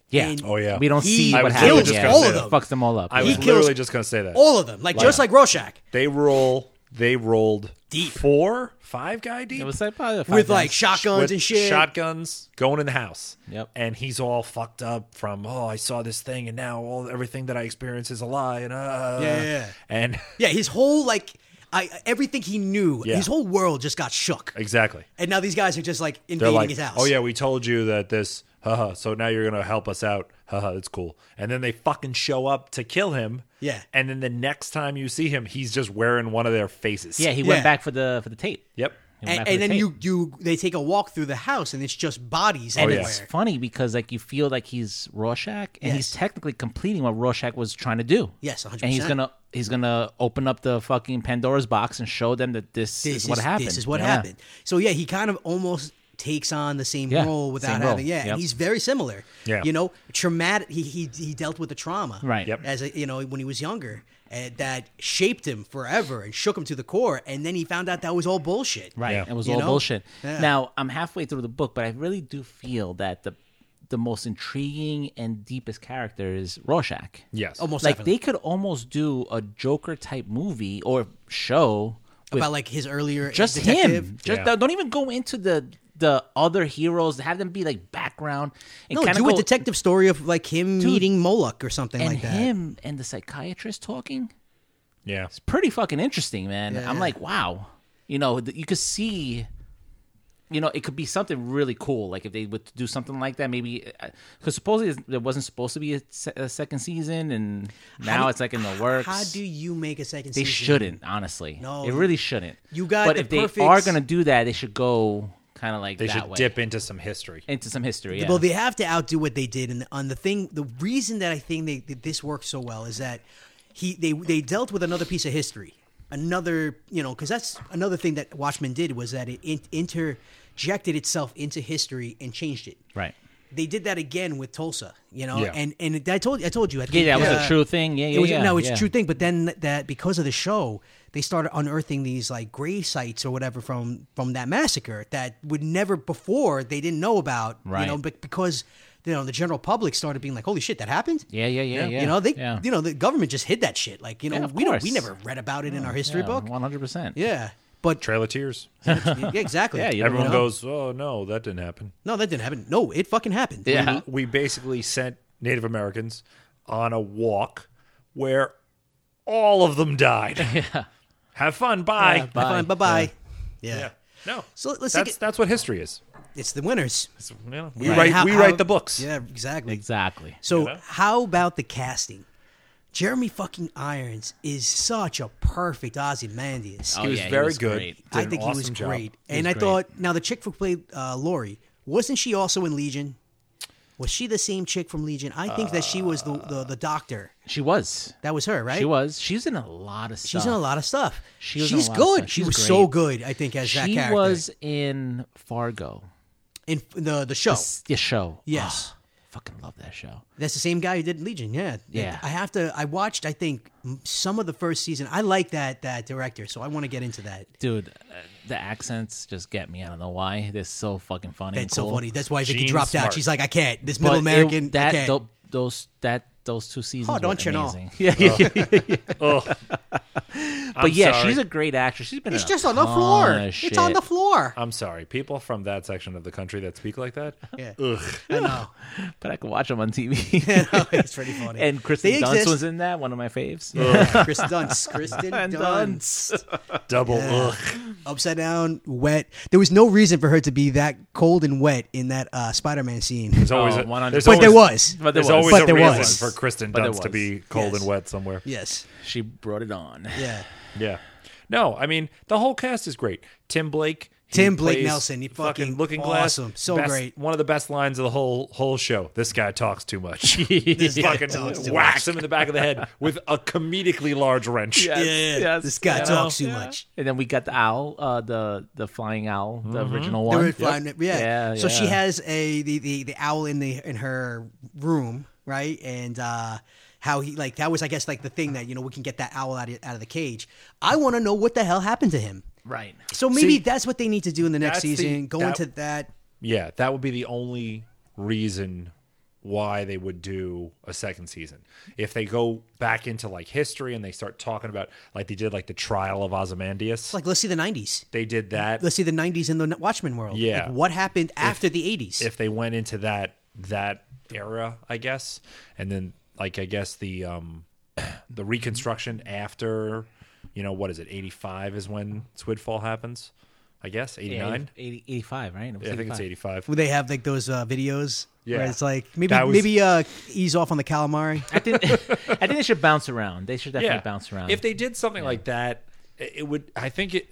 C: Yeah.
B: and
A: Oh, yeah.
C: We don't
B: He
C: see
B: I was
C: what
B: literally
C: happens.
B: just
C: Yeah.
B: gonna say that.
C: Fucks them all up.
A: I
C: yeah.
A: was
B: kills
A: literally just gonna say that.
B: all of them, like just like Rorschach,
A: they roll, they rolled
B: Deep.
A: four, five guy deep
C: It was like probably five
B: with like
C: guys.
B: shotguns
A: with
B: and shit.
A: Shotguns going in the house.
C: Yep.
A: And he's all fucked up from oh I saw this thing and now all everything that I experience is a lie and uh
B: Yeah, yeah, yeah.
A: and [laughs]
B: yeah, his whole like I everything he knew,
A: Yeah.
B: his whole world just got shook,
A: exactly
B: and now these guys are just like
A: they're
B: invading
A: like
B: his house.
A: oh yeah we told you that this haha so now you're gonna help us out haha it's cool and then they fucking show up to kill him
B: Yeah.
A: and then the next time you see him he's just wearing one of their faces
C: Yeah, he went
B: Yeah.
C: back for the for the tape.
A: yep
C: He
B: and,
C: went back for
B: and
C: the
B: then
C: tape.
B: you you they take a walk through the house and it's just bodies
A: Oh, yeah.
B: everywhere.
C: It's funny because like you feel like he's Rorschach, and he's
B: Yes.
C: technically completing what Rorschach was trying to do.
B: Yes,
C: And he's
B: 100%.
C: gonna he's gonna open up the fucking Pandora's box and show them that this,
B: This
C: is what happened.
B: This is what
C: Yeah.
B: happened. So yeah, he kind of almost takes on the same
C: Yeah,
B: role without
C: same role.
B: having. Yeah, and
C: Yep.
B: he's very similar.
A: Yeah.
B: you know, traumatic. He he he dealt with the trauma.
C: Right. Yep.
B: As a, you know, when he was younger, and that shaped him forever and shook him to the core. And then he found out that was all bullshit.
C: Right.
A: Yeah.
C: It was
B: You
C: all
B: know?
C: bullshit.
B: Yeah.
C: Now I'm halfway through the book, but I really do feel that the the most intriguing and deepest character is Rorschach.
A: Yes.
B: Almost
C: like
B: definitely.
C: they could almost do a Joker type movie or show with
B: about like his earlier
C: just
B: detective.
C: him. Just
A: Yeah.
C: don't even go into the the other heroes. Have them be like background. And
B: No,
C: kinda
B: do a
C: go-
B: detective story of like him meeting Moloch or something
C: and
B: like that.
C: him and the psychiatrist talking.
A: yeah.
C: It's pretty fucking interesting, man.
B: Yeah.
C: I'm like, wow. You know, th- you could see. You know, it could be something really cool. Like if they would do something like that, maybe because supposedly there wasn't supposed to be a, se- a second season, and now
B: do-
C: it's like in the works.
B: How do you make a second
C: They
B: season?
C: shouldn't, honusly.
B: No,
C: it really shouldn't.
B: you got
C: But
B: the
C: if they
B: perfect-
C: are gonna do that, they should go kind of like
A: They
C: that
A: should
C: way
A: dip into some history.
C: into some history. Yeah.
B: Well, they have to outdo what they did, and on the thing, the reason that I think they that this worked so well is that he they they dealt with another piece of history, another you know because that's another thing that Watchmen did was that it in, interjected itself into history and changed it.
C: right.
B: They did that again with Tulsa, you know,
A: Yeah.
B: and and I told I told you I think,
C: Yeah, that was
B: uh,
C: a true thing. Yeah, yeah,
B: it was,
C: yeah.
B: no, it's
C: yeah.
B: a true thing. But then th- that because of the show, they started unearthing these like grave sites or whatever from from that massacre that would never before they didn't know about. You know,
C: Right.
B: but because you know the general public started being like, "Holy shit, that happened."
C: Yeah, yeah, yeah, yeah.
B: you know, they,
C: yeah.
B: you know, the government just hid that shit. Like, you know,
C: Yeah, of
B: we don't, we
C: course.
B: never read about it in our history book.
C: one hundred percent.
B: Yeah,
C: [laughs]
B: but
A: Trail of Tears.
B: yeah, exactly.
C: Yeah, you don't
A: Everyone
B: know?
A: goes, oh no, that didn't happen.
B: No, that didn't happen. No, it fucking happened.
C: Yeah.
A: we basically sent Native Americans on a walk where all of them died. Yeah. Have fun. Bye.
C: Yeah, [laughs] bye.
B: Bye bye. Yeah.
A: Yeah. No.
B: So let's
A: that's
B: take it-
A: that's what history is.
B: it's the winners.
A: It's- you know, we
B: Yeah.
A: write
B: How-
A: we
B: how-
A: write the books.
B: Yeah, exactly.
C: Exactly.
B: So
A: You know?
B: how about the casting? Jeremy fucking Irons is such a perfect Ozymandias.
C: Oh,
A: He was
C: yeah, he
A: very
C: was
A: good.
C: great.
A: Did
B: I
A: an
B: think he was
A: awesome job.
B: great. and I
C: great.
B: thought now the chick who played uh, Lori wasn't she also in Legion? Was she the same chick from Legion? I think that she was the, the the doctor.
C: She was.
B: That was her, right?
C: She was. She's in a lot of stuff.
B: She's in a lot of stuff.
C: She was in a
B: She's
C: lot of
B: good.
C: stuff.
B: She
C: She's
B: was so
C: great.
B: good. I think as that
C: She
B: character
C: was in Fargo.
B: in f- the the show.
C: S- The show.
B: Yes.
C: Ah, fucking love that show.
B: That's the same guy who did Legion. Yeah.
C: Yeah.
B: I have to. I watched. I think m- some of the first season. I like that that director, so I want to get into that.
C: Dude, uh, the accents just get me. I don't know why. They're so fucking funny. and
B: That's so
C: cool.
B: funny. That's why Vicky
A: Gene
B: dropped out.
A: Smart.
B: She's like, I can't. This
C: But
B: middle
C: it-
B: American.
C: that
B: I can't.
C: tho- those that those two seasons
B: Oh,
C: were
B: don't you know. Oh.
C: amazing. [laughs] Yeah, yeah, yeah.
A: [laughs] I'm
C: But yeah,
A: Oh. sorry.
C: she's a great actress. She's been
B: It's
C: in a
B: just on the
C: ton
B: floor.
C: of
B: It's on
C: shit.
B: the floor.
A: I'm sorry. People from that section of the country that speak like that. [laughs]
B: Yeah.
A: Ugh.
B: I know. [laughs]
C: But I could watch them on TV.
B: I know. It's pretty funny.
C: [laughs] and Kristen
B: They
C: Dunst
B: exist.
C: was in that. One of my faves.
B: Kristen Dunst. Kristen
C: [laughs] And
B: Dunst.
A: Double ugh.
B: Upside down, wet. There was no reason for her to be that cold and wet in that uh, Spider-Man scene.
A: There's always a,
C: 100.
A: there's
B: But there
A: always-
B: was.
C: Oh, But there
A: There's
C: was.
A: always
B: But
A: a
B: there
A: reason
B: was.
A: for Kristen
C: But there
A: Dunst to
C: was.
A: be cold
B: Yes.
A: and wet somewhere.
B: Yes.
C: She brought it on.
B: Yeah.
A: Yeah. No, I mean the whole cast is great. Tim Blake. he
B: Tim Blake
A: plays
B: Nelson, he fucking
A: Looking Glass.
B: awesome. So
A: Best-
B: great.
A: One of the best lines of the whole whole show. This guy talks too
B: [laughs]
A: much. this [laughs]
B: guy
A: fucking
B: talks too
A: whacks him in the back of the head with a comedically large wrench.
C: Yes,
B: Yeah, yeah, yeah.
C: yes,
B: This guy
C: you know?
B: talks too much.
C: And then we got the owl, uh, the the flying owl, the
A: Mm-hmm.
C: original
B: The
C: one.
B: red flag nip- Yeah.
C: Yeah,
B: So she
C: yeah.
B: has a the, the the owl in the in her room, right? And uh how he like that was I guess like the thing that you know we can get that owl out of out of the cage. I want to know what the hell happened to him.
C: Right.
B: So maybe
A: See,
B: that's what they need to do in the next
A: that's the-
B: season. go
A: that-
B: into that.
A: Yeah, that would be the only reason why they would do a second season. If they go back into like history and they start talking about like they did like the trial of Ozymandias.
B: Like let's see the '90s.
A: they did that.
B: Let's see the '90s in the Watchmen world.
A: Yeah.
B: Like, what happened after the '80s?
A: if they went into that that era, I guess, and then like I guess the um [clears throat] the reconstruction after, you know, what is it? Eighty five is when Swidfall happens, I guess. Eighty
C: Yeah,
A: nine.
C: 80, 85, right? It was
A: I think it's
C: 85.
A: eighty five.
B: Where they have like those uh, videos. Where
A: Yeah.
B: it's like maybe
A: That was-
B: maybe uh, ease off on the calamari.
A: [laughs]
C: I think I think they should bounce around. They should definitely
A: Yeah,
C: bounce around.
A: If they did something like that, it it would. I think it.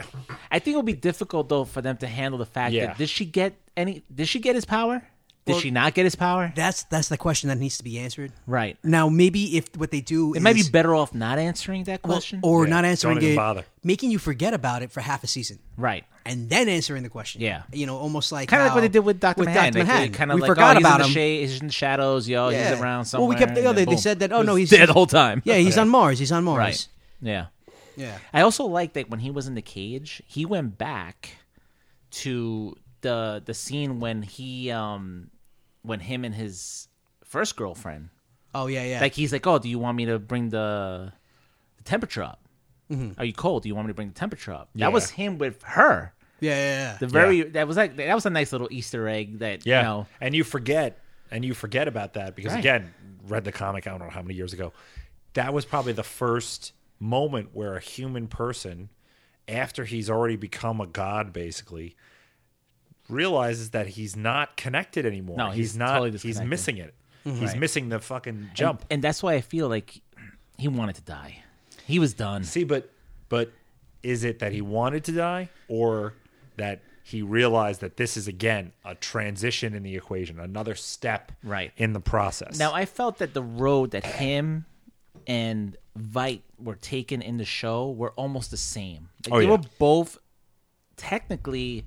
C: I think it would be difficult though for them to handle the fact
A: Yeah.
C: that did she get any? Did she get his power? Did she not get his power?
B: That's that's the question that needs to be answered.
C: Right.
B: Now, maybe if what they do
C: It might be
B: is-
C: better off not answering that question.
B: or
A: Yeah,
B: not
A: don't
B: answering
A: even
B: it,
A: bother.
B: making you forget about it for half a season,
C: right.
B: and then answering the question.
C: Yeah.
B: you know, almost like
C: Kind of like
B: how-
C: what they did with Doctor Manhattan. Like,
B: Manhattan.
C: they kind of
B: we
C: like,
B: forgot
C: oh, he's
B: about
C: in the
B: him.
C: shade- he's in the shadows, yo,
B: Yeah.
C: he's around
B: Well,
C: somewhere.
B: we kept-
C: and
B: oh, they- they
C: then boom.
B: said that, oh, no,
C: He was
B: he's-
C: dead the whole time. [laughs]
B: Yeah, he's on Mars. He's on Mars.
C: right. Yeah.
B: Yeah.
C: I also like that when he was in the cage, he went back to the the scene when he um when him and his first girlfriend
B: Oh yeah, yeah.
C: like he's like, "Oh, do you want me to bring the, the temperature up? Are you cold? Do you want me to bring the temperature up?"
A: Mm-hmm. Yeah.
C: That was him with her.
B: yeah, yeah, yeah.
C: The very that was like that was a nice little Easter egg that
A: Yeah,
C: you know
A: and you forget, and you forget about that because
C: Right.
A: again, read the comic. I don't know how many years ago. That was probably the first moment where a human person, after he's already become a god, basically realizes that he's not connected anymore.
C: No,
A: he's,
C: he's
A: not.
C: totally
A: he's
C: disconnected. Mm-hmm.
A: missing it. He's missing the fucking jump.
C: and that's why I feel like he wanted to die. He was done.
A: See, but but is it that he wanted to die or that he realized that this is again a transition in the equation, another step
C: Right.
A: in the process?
C: Now I felt that the road that him and Vite were taken in the show were almost the same. Like,
A: Oh,
C: they
A: yeah.
C: were both technically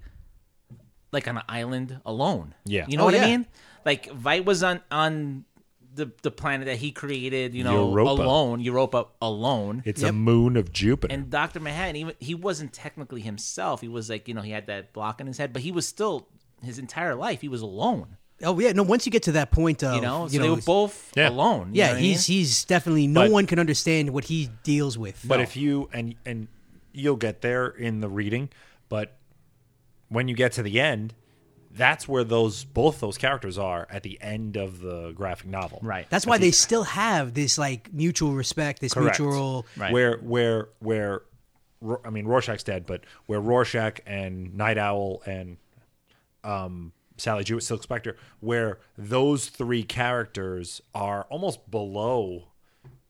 C: like on an island alone.
A: Yeah.
C: You know
B: Oh,
C: what
B: yeah.
C: I mean? Like Vite was on on the the planet that he created, you know,
A: Europa.
C: alone, Europa alone.
A: It's a
B: Yep.
A: moon of Jupiter.
C: and Dr. Manhattan, even he wasn't technically himself. He was like, you know, he had that block in his head, but he was still his entire life he was alone.
B: oh yeah. No, once you get to that point, of,
C: You
A: Oh,
C: know, so they were both
A: Yeah.
C: alone. you
B: yeah,
C: know what I mean?
B: he's he's definitely no
A: But-
B: one can understand what he deals with.
A: but if you and and you'll get there in the reading, but when you get to the end, that's where those both those characters are at the end of the graphic novel.
C: Right.
B: that's why they still have this like mutual respect, this
A: Correct.
B: mutual.
C: Right.
A: Where where where Ro- I mean Rorschach's dead, but where Rorschach and Night Owl and um, Sally Jewett, Silk Spectre, where those three characters are almost below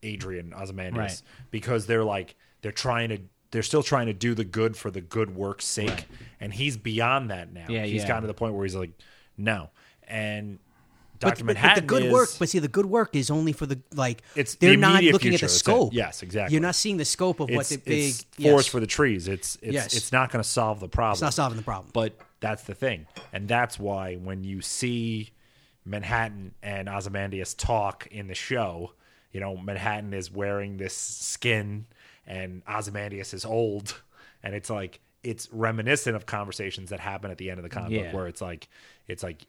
A: Adrian Ozymandias
C: Right.
A: because they're like they're trying to they're still trying to do the good for the good work's sake, and he's beyond that now.
C: Yeah,
A: he's
C: yeah.
A: gotten to the point where he's like, no, and
B: But,
A: Doctor
B: but- but
A: Manhattan
B: the good
A: is,
B: work, but see, the good work is only for the like.
A: It's the
B: they're not
A: immediate
B: looking at
A: future,
B: the
A: that's it.
B: scope.
A: Yes, exactly.
B: You're not seeing the scope of what
A: it's,
B: the big
A: it's
B: yes.
A: forest for the trees. It's it's
B: Yes.
A: it's not going to solve the problem. It's
B: not solving the problem.
A: But that's the thing, and that's why when you see Manhattan and Ozymandias talk in the show, you know Manhattan is wearing this skin, and Ozymandias is old, and it's like it's reminiscent of conversations that happen at the end of the comic
C: Yeah.
A: book where it's like it's like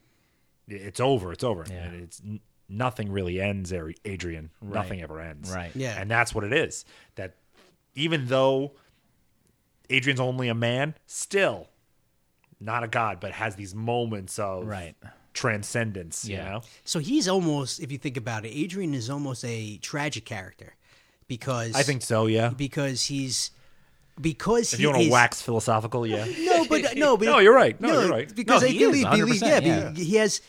A: it's over, it's over,
C: Yeah.
A: and it's. n- Nothing really ends, Ari- Adrian. Nothing ever ends.
C: Right.
B: Yeah.
A: And that's what it is. That even though Adrian's only a man, still not a god, but has these moments of
C: Right.
A: transcendence,
C: Yeah.
A: you know?
B: So he's almost, if you think about it, Adrian is almost a tragic character because
A: I think so, yeah.
B: because he's because
A: If
B: he
A: you want
B: is
A: to wax philosophical, yeah.
B: [laughs] no, but no,
A: [laughs]
B: but
A: No, you're right. No, you're right.
B: Because
C: No,
B: I
C: he
B: believe,
C: is,
B: believe,
C: 100%,
B: yeah, be- he has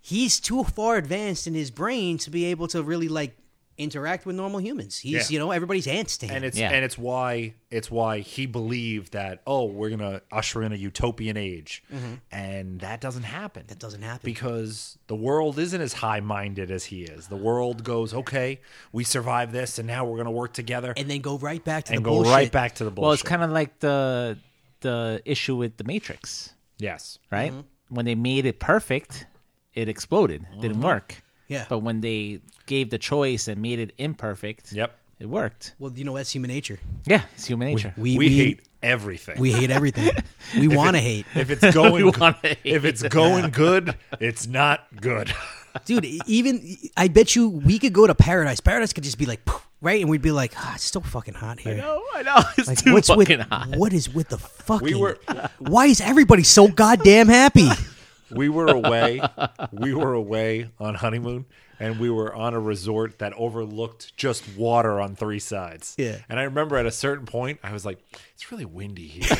B: he's too far advanced in his brain to be able to really like interact with normal humans. He's
A: Yeah.
B: you know everybody's ants to him.
A: And it's
C: Yeah.
A: and it's why it's why he believed that, oh, we're gonna usher in a utopian age. And that doesn't happen.
B: that doesn't happen.
A: because the world isn't as high minded as he is. The world goes, okay, we survived this, and now we're going to work together and,
B: and then go right back to the
A: go
B: bullshit.
A: right back to the bullshit.
C: Well, it's kind of like the the issue with the Matrix,
A: yes,
C: right?
B: Mm-hmm.
C: When they made it perfect, it exploded. Didn't work.
B: Yeah.
C: But when they gave the choice and made it imperfect,
A: Yep.
C: it worked.
B: Well, you know that's human nature.
C: Yeah, it's human nature.
A: we,
B: We we
A: hate everything.
B: we hate everything. we want to hate,
A: [laughs] if [laughs] it's going,
C: wanna hate.
A: if it's going good, it's not good.
B: dude. e- Even I bet you we could go to paradise. Paradise could just be like poof, right, and we'd be like, ah, it's so fucking hot here.
C: [laughs] no, I know it's
B: Like,
A: [laughs]
C: too
B: what's with
C: fucking hot.
B: what is with the fucking?
A: were- [laughs]
B: why is everybody so goddamn happy?
A: [laughs] we were away we were away on honeymoon and we were on a resort that overlooked just water on three sides
B: Yeah.
A: and i remember at a certain point i was like it's really windy here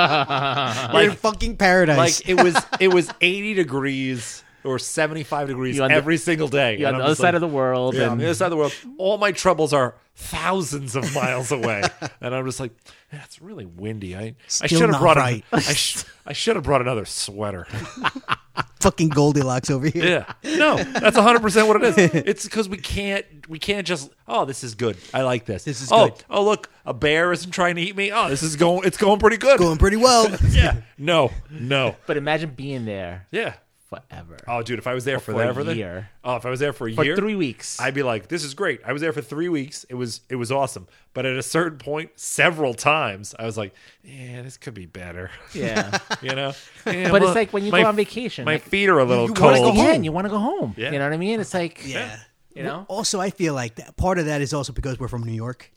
B: We're in fucking paradise.
A: like
C: [laughs]
A: it was it was 80 degrees or 75 degrees
C: You're on the-
A: every single day
C: You're on
A: And I'm
C: the other
A: just
C: side
A: like,
C: of the world,
A: yeah, on
C: and
A: the other side of the world all my troubles are thousands of
C: [laughs]
A: miles away and i'm just like "Yeah, it's really windy i, I
B: Still
A: should have
B: not
A: brought a-
B: right.
C: [laughs]
A: I, sh- I should have brought another sweater
B: [laughs] fucking Goldilocks over here.
A: Yeah. No, that's 100% what it is. It's cuz we can't we can't just oh, this is good. I like this.
B: This is
A: oh,
B: good.
A: Oh, look, a bear isn't trying to eat me. Oh, this is going it's going pretty good.
B: Going pretty well.
A: [laughs] yeah. No. No.
C: But imagine being there
A: Yeah.
C: forever.
A: Oh, dude, if I was there for,
C: for a
A: that, for the-
C: year.
A: Oh, if I was there for a
C: for
A: year,
C: three weeks.
A: I'd be like, "This is great." I was there for three weeks. It was it was awesome. But at a certain point, several times, I was like, "Yeah, this could be better." [laughs]
C: yeah.
A: you know. Yeah,
C: But
A: well,
C: it's like when you
A: my-
C: go on vacation.
A: My
C: like,
A: feet are a little
B: you
A: cold.
B: wanna go home.
C: Again, you want to go home.
A: Yeah.
C: You know what I mean? It's like,
B: Yeah.
C: you know?
B: Also, I feel like that part of that is also because we're from New York,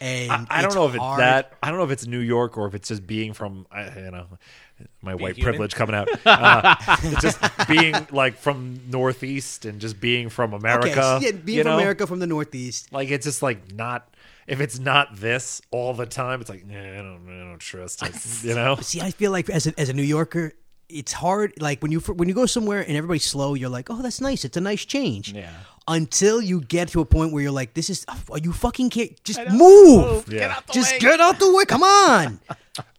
B: and
A: I, I don't
B: it's
A: know if it's
B: hard.
A: that. I don't know if it's New York or if it's just being from I- you know my white
C: human?
A: privilege coming out. Uh, [laughs] it's just being like from Northeast and just being from
B: Okay,
A: America.
B: yeah, being
A: you
B: from
A: know?
B: America, from the Northeast,
A: Like it's just like not if it's not this all the time, it's like nah, I don't I don't trust it. You know?
B: See, I feel like as a, as a New Yorker, it's hard. Like when you when you go somewhere and everybody's slow, you're like, "Oh, that's nice. It's a nice change."
C: Yeah.
B: Until you get to a point where you're like, "This is oh, are you fucking kidding? Just move.
A: Yeah.
C: Get out the
B: Just
C: way.
B: get out the way. Come on.
A: [laughs]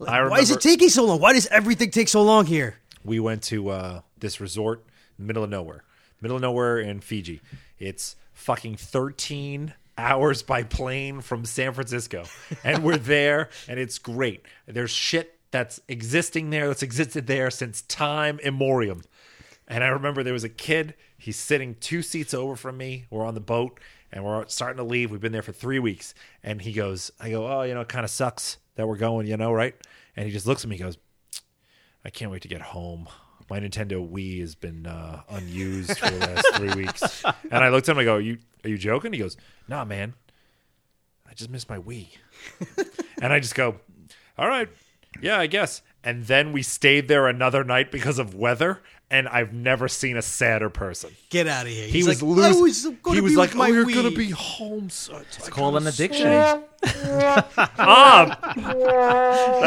A: I remember
B: Why is it taking so long? Why does everything take so long here?"
A: we went to uh, this resort, middle of nowhere, middle of nowhere in Fiji. It's fucking thirteen hours by plane from San Francisco, and we're there, and it's great. There's shit that's existing there that's existed there since time immemorium. And I remember there was a kid. He's sitting two seats over from me. We're on the boat and we're starting to leave. We've been there for three weeks. And he goes, I go, oh, you know, it kind of sucks that we're going, you know, right? And he just looks at me. He goes, I can't wait to get home. My Nintendo Wii has been uh, unused for the last three weeks. And I looked at him. I go, you are you joking? He goes, Nah, man. I just missed my Wii. and I just go, All right, yeah, I guess. And then we stayed there another night because of weather, and I've never seen a sadder person.
B: Get out of here.
A: He
B: He's
A: was
B: like,
A: losing.
B: I was gonna
A: he was
B: be
A: like,
B: with my
A: "Oh, you're
B: Wii."
A: gonna be home." So it's
C: Call an addiction.
A: That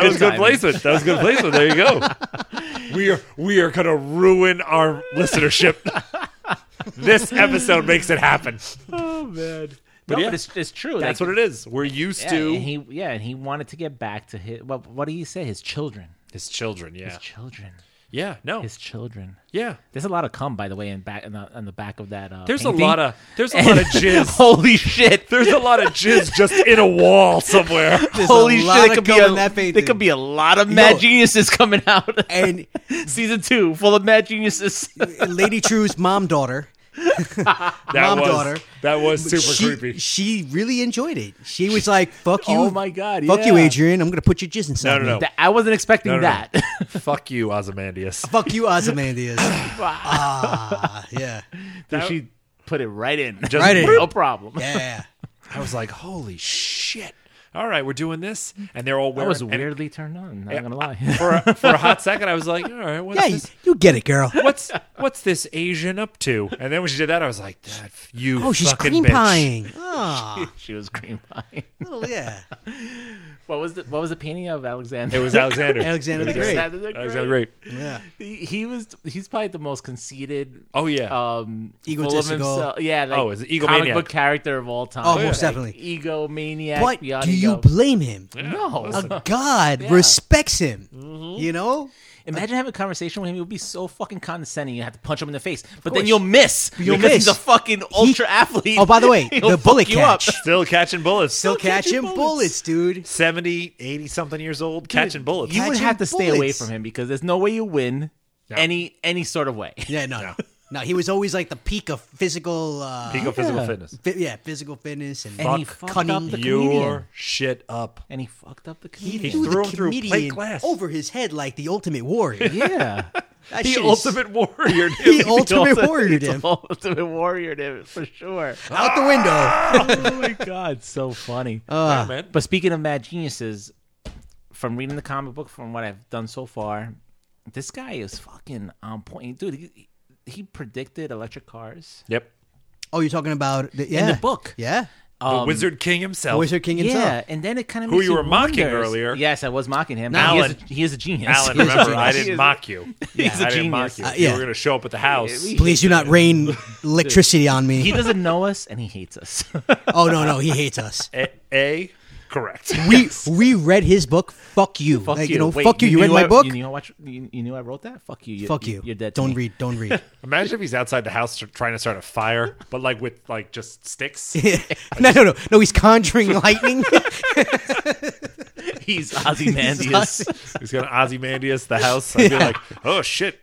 A: was good
C: timing.
A: placement. That was good placement. There you go. [laughs] We are we are gonna ruin our listenership. this episode makes it happen.
C: Oh, man. But,
A: But
C: no,
A: yeah.
C: but it's, it's true.
A: That's
C: like,
A: what it is. We're used
C: yeah,
A: to
C: And he, yeah, and he wanted to get back to his, what, what do you say? His children.
A: his children. Yeah.
C: His children.
A: yeah. No.
C: His children.
A: yeah.
C: There's a lot of cum, by the way, in back in the, in the back of that. Uh,
A: There's
C: painting.
A: a lot of there's a lot of jizz.
C: [laughs] Holy shit!
A: There's a lot of jizz just in a wall
C: [laughs]
A: somewhere.
B: There's
C: Holy
B: a
C: shit!
B: lot
C: It
B: of
C: could
B: cum
C: be a
B: in that painting.
C: there could be a lot of mad
B: Yo.
C: geniuses coming out.
B: [laughs]
C: [laughs]
B: and
C: Season two, full of mad geniuses.
B: Lady True's mom daughter.
A: That
B: Mom,
A: was
B: daughter.
A: that was super
B: she,
A: creepy.
B: She really enjoyed it. She was like, "Fuck you,
C: Oh my God,
B: fuck you,
C: yeah.
B: Adrian. I'm gonna put your jizz inside."
A: No, no,
B: me."
A: no.
C: That- I wasn't expecting
A: No, no, no.
C: that. [laughs]
A: Fuck you, Ozymandias.
B: Fuck you, Ozymandias. ah, yeah,
C: So she put it right in.
A: Just
B: Right in.
C: [laughs] no problem.
B: yeah.
A: I was like, holy shit. All right, we're doing this, and they're all
C: I
A: wearing.
C: was
A: and-
C: weirdly turned on. Not gonna lie.
A: [laughs]
C: [laughs]
A: for a, for a hot second, I was like, all right, what's
B: Yeah, you,
A: this?
B: you get it, girl.
A: What's what's this Asian up to? And then when she did that, I was like, that f- you.
B: Oh, she's
A: fucking
B: cream
A: bitch.
B: pieing. Ah,
C: she was [laughs] cream pie.
B: oh, yeah.
C: What was the What was the painting of Alexander?
A: It
C: [laughs]
A: was Alexander.
B: [laughs] Alexander the Great.
C: Alexander the
A: Alexander
C: Great.
A: Great.
B: [laughs] Yeah.
C: He, he was. He's probably the most conceited.
A: Oh yeah.
C: Um,
B: Egotistical.
C: Full of himself. Yeah. Like,
A: Oh, is it
C: comic
A: egomaniac?
C: book character of all time.
B: Oh, most
C: Like,
B: definitely.
C: egomaniac.
B: But
C: beyond
B: do you
C: ego.
B: blame him?
A: [laughs]
C: no.
B: A god respects him.
C: Mm-hmm.
B: You know,
C: Imagine having a conversation with him. It would be so fucking condescending. You have to punch him in the face, but then you'll miss
B: You'll
C: because
B: miss.
C: he's a fucking ultra athlete.
B: Oh, by the way,
C: [laughs] He'll
B: the
C: fuck
B: bullet
C: you up.
B: catch.
A: Still catching bullets.
B: still
A: Still
B: catch him bullets. dude.
A: 70, 80 something years old, catching bullets.
C: You
B: Catch
C: would
B: him
C: have to stay away
B: bullets.
C: from him because there's no way you win any any sort of way.
B: Yeah, no, no, no. He was always like the peak of physical. Uh,
A: Peak of physical
C: Yeah.
A: fitness.
B: fi- yeah, physical fitness [laughs] and,
C: And he
B: fuck
C: fucked
B: cunning.
C: up the
A: Your
C: comedian.
A: shit up.
C: And he fucked up the
B: He
C: comedian.
A: He
B: threw,
A: threw
B: the
A: him through plate
B: comedian
A: glass.
B: over his head like the ultimate warrior.
A: [laughs]
C: [laughs] yeah,
B: That
A: The
B: shit is-
A: ultimate
B: [laughs]
A: warrior.
B: the
A: dude.
B: [laughs] ultimate warrior.
C: He's
B: Him
C: the [laughs] ultimate warrior, dude, for sure.
B: out the
A: Ah!
B: window.
C: oh my god, so [laughs] funny.
B: Uh,
A: Yeah, man.
C: Um, But speaking of mad geniuses, from reading the comic book, from what I've done so far, this guy is fucking on point, dude. He, he predicted electric cars
A: Yep.
B: Oh, you're talking about the, yeah.
C: in the book. Oh,
B: Yeah,
A: The
C: um,
A: Wizard King himself.
B: Wizard King himself.
C: Yeah, and then it kind of
A: Who you were mocking earlier.
C: Yes, I was mocking him.
A: Now-
C: He is,
A: Alan-
C: a, he is a genius.
A: Alan,
C: [laughs] He is a
A: remember, I
C: genius. He
A: didn't
C: is-
A: mock you.
C: He's a
A: I didn't mock
C: genius.
A: you.
B: Uh,
A: You
B: yeah.
A: were going to show up at the house.
B: Please do not rain [laughs] electricity on
C: He
B: [laughs] me.
C: [laughs] doesn't know us, and he hates us. [laughs]
B: Oh no, no, he hates us.
A: A, A, Correct.
B: We [laughs] we read his book. Fuck you.
C: Fuck
B: like,
C: you.
B: you know,
C: Wait,
B: fuck you. You, read
C: knew
B: my
C: I-
B: book.
C: You knew I watch, you, you knew I wrote that. Fuck you. you
B: fuck you.
C: You're dead. to
B: Don't
C: me.
B: read. Don't read. [laughs]
A: Imagine if he's outside the house tr- trying to start a fire, but like with like just
B: [laughs]
A: sticks.
B: no, no, no, no. He's
C: [laughs]
B: conjuring lightning.
C: [laughs]
B: [laughs]
C: [laughs] He's Ozymandias.
A: He's gonna Ozymandias the house. I'd be like, oh shit,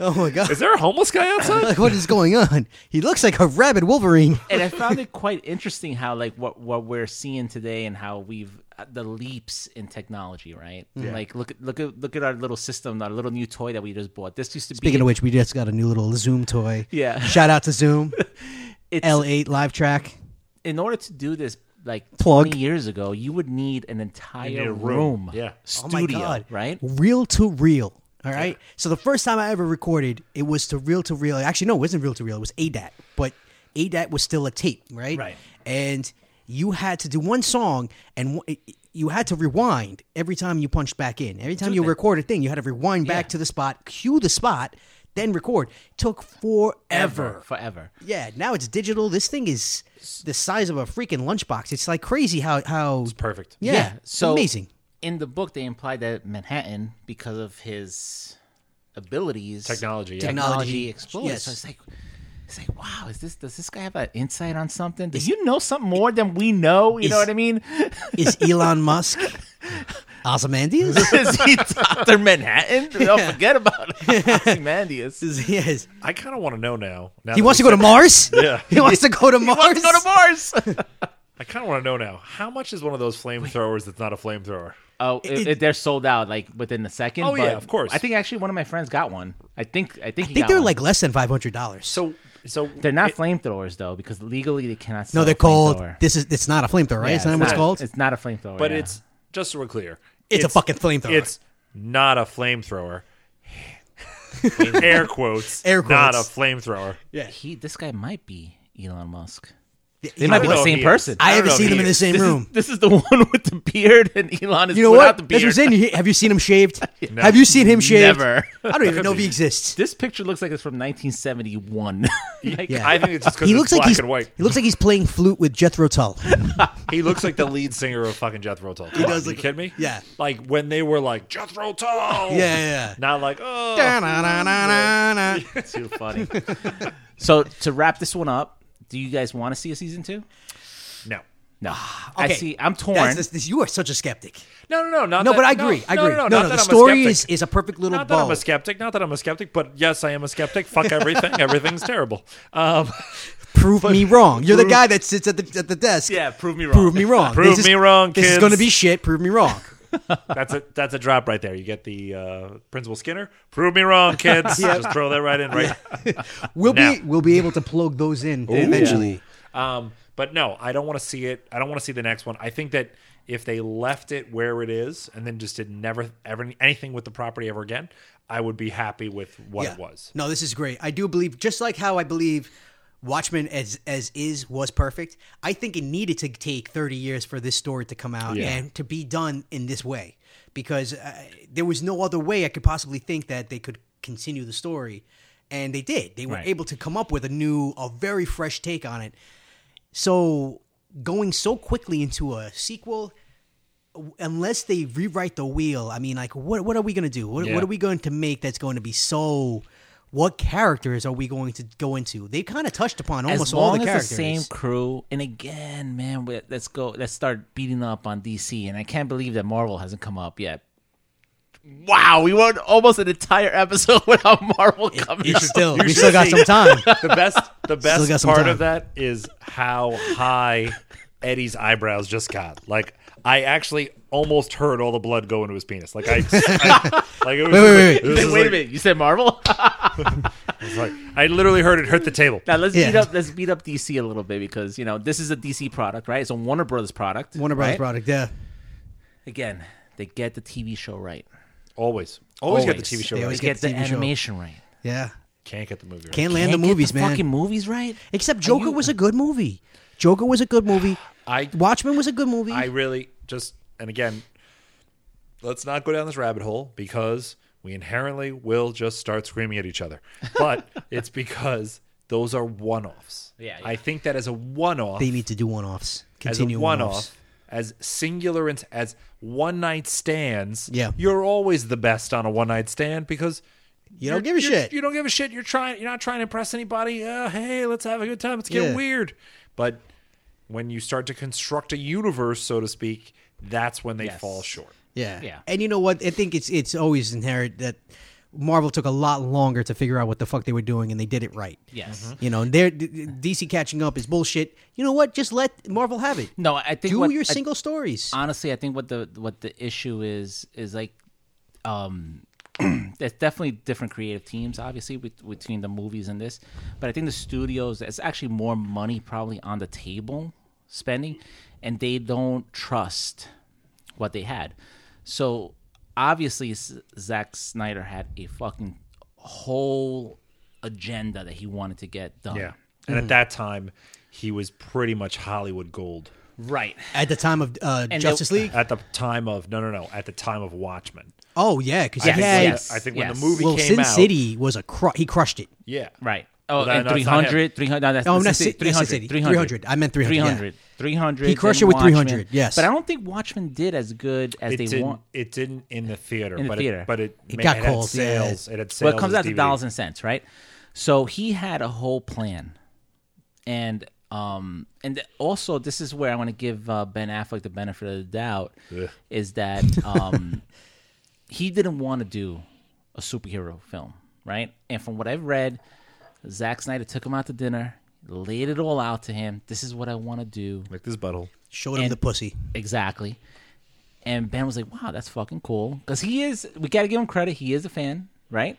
B: oh my god.
A: is there a homeless guy
B: [laughs]
A: outside?
B: Like, what is going on? He looks like a rabid
C: [laughs]
B: Wolverine.
C: and I found it quite interesting how like what what we're seeing today and how we've uh, the leaps in technology, right? Like look at look at look at our little system, our little new toy that we just bought. This used to
B: Speaking
C: be
B: of which, we just got a new little Zoom toy.
C: Yeah.
B: Shout out to Zoom.
C: [laughs] it's,
B: L8 live track.
C: in order to do this like
B: Plug.
C: 20 years ago, you would need an entire
A: need a room.
C: room.
A: Yeah.
B: Oh
C: Studio,
B: my god.
C: right?
B: Real to real. All right. So the first time I ever recorded, it was to real to real. Actually, no, it wasn't real to real. It was ADAT, but ADAT was still a tape, right?
A: Right.
B: And you had to do one song, and w- you had to rewind every time you punched back in. Every time you record a thing, you had to rewind back
C: Yeah.
B: to the spot, cue the spot, then record. Took forever.
C: forever.
B: Yeah. Now it's digital. This thing is the size of a freaking lunchbox. It's like crazy how how.
A: Perfect.
B: Yeah.
C: So
B: amazing.
C: In the book, they implied that Manhattan, because of his abilities,
A: Technology, yeah.
B: Technology,
C: technology explodes.
B: yes.
C: So it's like, it's like, wow, is this does this guy have an insight on something? Do you know something more than we know? You know
B: is-
C: what
B: [laughs]
C: I mean?
B: is Elon Musk [laughs]
C: [laughs]
B: Ozymandias?
C: is he Doctor [laughs] Manhattan? Oh,
B: [laughs]
C: forget about it. Ozymandias.
B: Is- yes.
A: I kind of want to know now. now
B: He
A: that
B: wants
A: we
B: to go to
A: said-
B: Mars?
A: Yeah.
B: [laughs] He wants to go to Mars?
C: Let's go to
B: [laughs]
C: Mars.
A: I kind of want to know now. How much is one of those flamethrowers that's not a flamethrower?
C: Oh, it,
B: It-
C: it- they're sold out like within the second.
A: Oh, yeah,
C: but
A: of course.
C: I think actually one of my friends got one. I think I think he
B: I think
C: got
B: they're
C: one.
B: like less than $500.
A: So, so
C: they're not flamethrowers though because legally they cannot. Sell
B: no, they're
C: a
B: called.
C: flamethrower.
B: This is. It's not a flamethrower, right?
C: Yeah,
B: it's not what it's
A: not.
B: called. It's,
C: It's not a flamethrower,
A: but
C: yeah.
A: it's just so we're clear.
B: a fucking flamethrower.
A: It's not a
B: [laughs]
A: flamethrower. In air quotes.
B: Air
A: Not a
B: quotes.
A: flamethrower.
C: he. This guy might be Elon Musk.
B: Yeah,
C: They might
A: don't
C: be the
A: know
C: same
A: if he
C: person.
A: I
B: I
A: don't
B: haven't
A: know if
B: seen them
A: he
B: in the
A: is.
B: same
C: this
B: room.
C: Is, this is the [laughs] one with the beard, and Elon is
B: you know
C: without
B: what?
C: the
B: That's
C: beard.
B: what I'm saying. You- Have you seen him shaved? Have you seen him shaved?
C: Never. [laughs]
B: I don't even know if he exists.
C: This picture looks like it's from [laughs] 1971. Like,
B: Yeah.
A: I think it's just because
B: He
A: it's
B: looks
A: black
B: like he's.
A: and white.
B: He looks like he's playing flute with Jethro Tull. [laughs]
A: He looks like the lead singer of fucking Jethro Tull. He
B: does
A: Are you
B: look-
A: kidding me?
B: yeah.
A: Like when they were like Jethro Tull.
B: Yeah, yeah, yeah.
A: Not like oh.
B: Da-na-na-na-na-na.
C: too funny. [laughs] so to wrap this one up, do you guys want to see a season two?
A: No.
C: No, I
B: Okay.
C: see. I'm torn.
B: Guys, this- this- you are such a skeptic.
A: No, no, no, not
B: No,
A: that-
B: but I agree. I
A: no,
B: agree.
A: No, no, not
B: no,
A: that
B: the
A: I'm a
B: story
A: skeptic.
B: is, is a perfect little
A: Not that I'm
B: bow.
A: a skeptic. Not that I'm a skeptic, but yes, I am a skeptic. Fuck everything. Everything's terrible. Um,
B: Prove me wrong. You're the guy that sits at the at the desk.
C: yeah, prove me wrong.
B: Prove
A: [laughs]
B: me wrong.
A: Prove
B: This is-
A: me wrong,
B: This is
A: kids.
B: going to be shit. Prove me wrong.
A: that's a that's a drop right there. You get the uh, Principal Skinner. Prove me wrong,
B: [laughs]
A: kids. Just throw that right in, right?
B: We'll
A: Now.
B: be we'll be able to plug those in eventually.
A: Um, but no, I don't want to see it. I don't want to see the next one. I think that if they left it where it is and then just did never ever anything with the property ever again, I would be happy with what
B: Yeah.
A: it was.
B: No, this is great. I do believe, just like how I believe Watchmen as as is was perfect. I think it needed to take thirty years for this story to come out
A: Yeah.
B: and to be done in this way, because uh, there was no other way I could possibly think that they could continue the story, and they did. They were
C: Right.
B: able to come up with a new, a very fresh take on it. So going so quickly into a sequel. Unless they rewrite the wheel, I mean, like, what what are we gonna do? What,
A: Yeah.
B: what are we going to make that's going to be so what characters are we going to go into they kind of touched upon
C: As
B: almost
C: long
B: all the
C: as
B: characters
C: the same crew, and again, man, we, let's go. Let's start beating up on DC, and I can't believe that Marvel hasn't come up yet. Wow, we went almost an entire episode [laughs] without Marvel [laughs] coming.
B: It's
C: up.
B: still we still got
A: [laughs]
B: some time
A: The best
B: [laughs]
A: the
B: got
A: best
B: some
A: part
B: time.
A: of that is how high Eddie's eyebrows just got. Like I actually almost heard all the blood go into his penis. Like I, I- [laughs] like it was just like- it
B: Wait, wait, wait.
A: was just
C: Wait a
A: like-
C: minute, you said Marvel? [laughs]
A: it was like- I literally heard it hurt the table.
C: now let's
B: Yeah.
C: beat up. Let's beat up DC a little bit because you know this is a DC product, right? It's a Warner Brothers product.
B: warner brothers
C: right?
B: product yeah
C: Again, they get the TV show right.
A: Always. Always, get the
C: Always.
A: TV show right.
B: They
C: They
B: always- Let's get
C: get, the,
B: the TV show.
C: animation right.
B: yeah
A: Can't get the movie right.
B: can't land
C: Can't
B: the
C: get
B: movies man
C: Fucking movies right.
B: except joker
C: you-
B: was a good movie joker was a good movie
A: I-
B: watchmen was a good movie
A: I really just and again, let's not go down this rabbit hole because we inherently will just start screaming at each other.
C: [laughs]
A: But it's because those are one-offs.
C: Yeah, yeah.
A: I think that as a one-off,
B: they need to do one-offs
A: as a
B: continue
A: one-off, as singular and as one night stands,
B: Yeah.
A: you're always the best on a one night stand because
B: You don't
A: you're-
B: give a
A: you're-
B: shit.
A: You don't give a shit. You're trying. You're not trying to impress anybody. Uh, hey, let's have a good time. Let's get
B: Yeah.
A: weird. But when you start to construct a universe, so to speak, that's when they
C: Yes.
A: fall short.
B: Yeah.
C: Yeah.
B: And you know what? I think it's it's always inherent that Marvel took a lot longer to figure out what the fuck they were doing, and they did it right.
C: Yes. Mhm.
B: You know, and they're d- d- DC catching up is bullshit. You know what? Just let Marvel have it.
C: No, I think
B: Do
C: what,
B: your
C: I- Uh,
B: single stories.
C: honestly, I think what the what the issue is is like, um, [clears throat] there's definitely different creative teams, obviously, bet- between the movies and this. But I think the studios, it's actually more money probably on the table spending, and they don't trust what they had. So obviously, S- Zack Snyder had a fucking whole agenda that he wanted to get done.
A: Yeah. And at that time, he was pretty much Hollywood gold.
C: Right.
B: At the time of uh,
C: And
B: Justice
C: the- [laughs]
B: League.
A: At the time of no, no, no. At the time of Watchmen.
B: Oh yeah, because he
A: I think
B: had.
A: when-
C: yes,
A: I think when
C: yes.
A: the movie
B: Well,
A: came
B: Sin
A: out,
B: City was a cru- he crushed it.
A: yeah,
C: Right. Oh,
A: that-
C: and
A: that's not him.
C: 300, 300, no, that's,
B: Oh,
C: that's
B: that's
C: the
B: it-
C: city,
B: that's the
C: 300,
B: city.
C: 300,
B: 300. I meant 300, yeah.
C: 300, 300.
B: He crushed
C: then
B: it with
C: Watchmen.
B: 300, yes.
C: But I don't think Watchmen did as good as
A: It
C: they
A: didn't.
C: want.
A: It didn't in the theater,
C: In the
A: but
C: theater.
A: it, but it, ma-
B: got
A: had
B: cold, yeah.
A: sales. It had sales.
C: Well, it comes
A: as
C: out to
A: DVD.
C: dollars and cents, right? So he had a whole plan. And um and also this is where I want to give uh, Ben Affleck the benefit of the doubt
A: Ugh.
C: is that
A: [laughs]
C: um he didn't want to do a superhero film, right? And from what I've read, Zack Snyder took him out to dinner, laid it all out to him. This is what I want to do.
A: Like this butthole.
B: Showed him
C: And-
B: the pussy.
C: Exactly. And Ben was like, "Wow, that's fucking cool." Because he is, we gotta give him credit. He is a fan, right?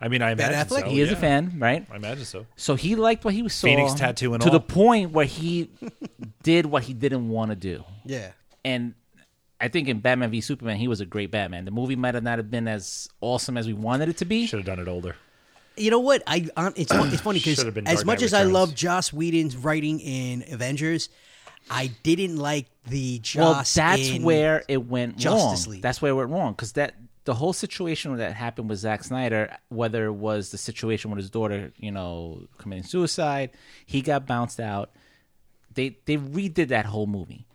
A: I mean, I imagine
B: Affleck?
A: so,
C: he is a
A: Oh, yeah.
C: fan, right?
A: I imagine so.
C: So he liked what he was saw
A: Phoenix tattoo and
C: to the
A: all.
C: point where he [laughs] did what he didn't want to do.
B: Yeah.
C: And I think in Batman v Superman, he was a great Batman. The movie might have not have been as awesome as we wanted it to be.
A: Should have done it older.
B: You know what? I um, it's fun- it's funny because
A: Should've been
B: as
A: Dark
B: much
A: Knight
B: as I
A: Returns.
B: love Joss Whedon's writing in Avengers, I didn't like the Joss.
C: well, that's
B: in-
C: where it went
B: Justice
C: wrong.
B: League.
C: That's where it went wrong because that the whole situation that happened with Zack Snyder, whether it was the situation with his daughter, you know, committing suicide, he got bounced out. They they redid that whole movie.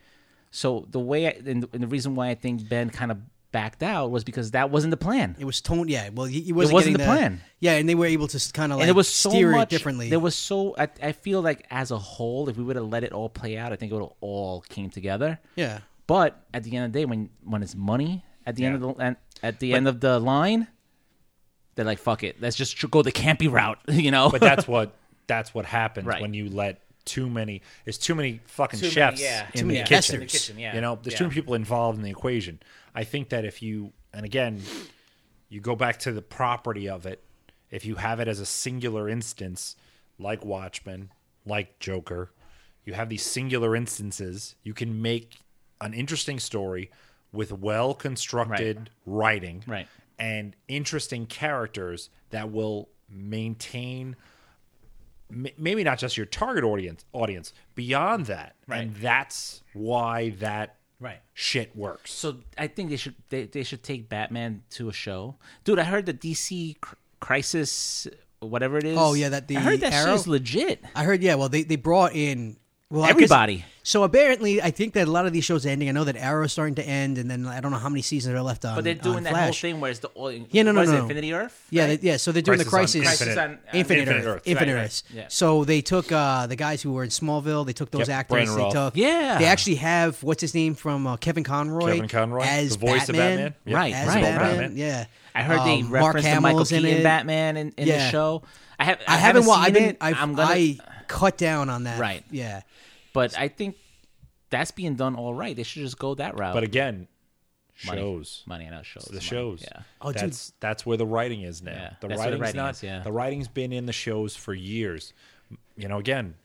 C: So the way I, and, and the reason why I think Ben kind of backed out was because that wasn't the plan.
B: It was toned, yeah. Well, y- you wasn't,
C: wasn't
B: getting
C: the plan.
B: Yeah, and they were able to kind of like
C: and there was so
B: steer
C: much
B: it differently.
C: There was so I, I feel like as a whole, if we would have let it all play out, I think it would have all came together.
B: yeah,
C: But at the end of the day, when when it's money at the end of the and at the end of the line, they're like, "Fuck it, let's just tr- go the campy route," [laughs] you know.
A: But that's what that's what happens
C: Right.
A: when you let too many. There's too many fucking
C: Too many,
A: chefs
C: yeah.
A: in
B: Too
A: the
B: many
A: kitchen.
B: In the
C: kitchen, yeah.
A: You know, there's too many people involved in the equation. I think that if you and again, you go back to the property of it. If you have it as a singular instance, like Watchmen, like Joker, you have these singular instances. You can make an interesting story with well constructed writing
C: Right.
A: and interesting characters that will maintain m- maybe not just your target audience audience beyond that and
C: Right.
A: that's why that
C: Right.
A: shit works
C: so I think they should they, they should take Batman to a show, dude. I heard the DC cr- Crisis, whatever it is.
B: Oh, yeah, that-
C: I heard
B: the
C: that
B: Arrow?
C: shit is legit.
B: I heard. Yeah, well, they they brought in well I guess-
C: Everybody.
B: So apparently, I think that a lot of these shows are ending. I know that Arrow's starting to end, and then I don't know how many seasons are left on.
C: But they're doing
B: on
C: that whole
B: Flash.
C: thing where it's the all,
B: Yeah, no, no,
C: what is it,
B: no.
C: Infinity Earth.
B: Yeah,
C: right?
B: they, yeah. So they're doing
A: Crisis
B: the
A: on
B: crisis,
A: Infinite-
C: Crisis on- on
B: Infinite,
A: Infinite
B: Earth,
A: Earth.
B: Infinite
C: Right, right,
B: Earth.
C: yeah.
B: So they took uh, the guys who were in Smallville. They took those
A: Yep,
B: actors.
A: Brandon
B: They
A: Roth.
B: took.
C: Yeah.
B: They actually have what's his name from uh, Kevin Conroy.
A: Kevin Conroy,
B: as
A: the voice of
B: Batman.
A: Batman. Yep.
C: Right,
B: as
C: right, right.
B: Batman.
A: Batman.
B: Yeah.
C: I heard they
B: Um, Mark
C: referenced the Michael
B: Hamill's in
C: Keaton
B: it.
C: Batman in, in
B: Yeah.
C: the show. I, have,
B: I, haven't watched. I
C: seen
B: didn't.
C: it.
B: I've,
C: I'm gonna-
B: I cut down on that.
C: Right.
B: Yeah.
C: But I think that's being done all right. They should just go that route.
A: but again
C: Money.
A: shows
C: money, I know shows.
A: the
C: money,
A: shows
C: Yeah.
B: Oh, dude.
A: that's that's where the writing is now
C: Yeah,
A: the
C: that's where the
A: writing's
C: writing
A: not
C: is, yeah.
A: the writing's been in the shows for years you know again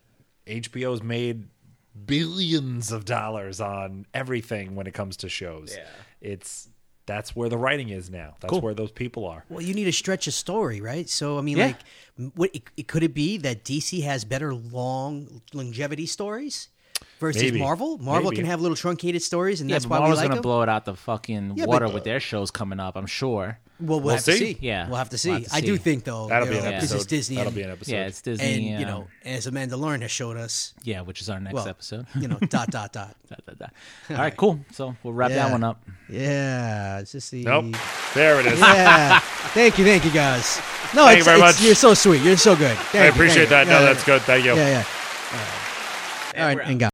A: hbo's made billions of dollars on everything when it comes to shows
C: Yeah.
A: it's that's where the writing is now that's where those people are
B: Well, you need to stretch a story, right? So I mean,
C: Yeah.
B: like, m- what it, it- could it be that DC has better long longevity stories versus
A: Maybe.
B: Marvel? Marvel
A: Maybe.
B: can have little truncated stories, and
C: Yeah,
B: that's
C: but
B: why
C: Marvel's
B: we like
C: gonna
B: them.
C: blow it out the fucking
B: Yeah,
C: water
B: but-
C: with their shows coming up. I'm sure.
B: Well, we'll, have to
A: see.
B: see.
C: Yeah.
B: we'll have to see.
C: We'll have to
B: I do
C: see.
B: think though
A: that'll
B: you
A: be an
B: know,
C: yeah.
A: episode
B: This is Disney.
A: that'll
B: and-
A: be an episode
C: Yeah, it's Disney.
B: and you
C: uh,
B: know, as Amanda Lauren has showed us,
C: yeah, which is our next
B: well,
C: episode. [laughs]
B: you know, dot dot dot.
C: Dot, dot, that. All right, cool. So we'll wrap
B: Yeah.
C: that one up.
B: [laughs] Yeah, it's just the.
A: Nope. There it
B: [laughs]
A: is. [laughs]
B: Yeah. thank you, thank you guys. No,
A: Thank
B: it's,
A: you very
B: it's-
A: much.
B: You're so sweet. You're so good. Thank
A: I
B: you,
A: appreciate
B: thank
A: that.
B: you.
A: No,
B: Yeah,
A: that's good. Thank you.
B: Yeah, yeah. All right, and go.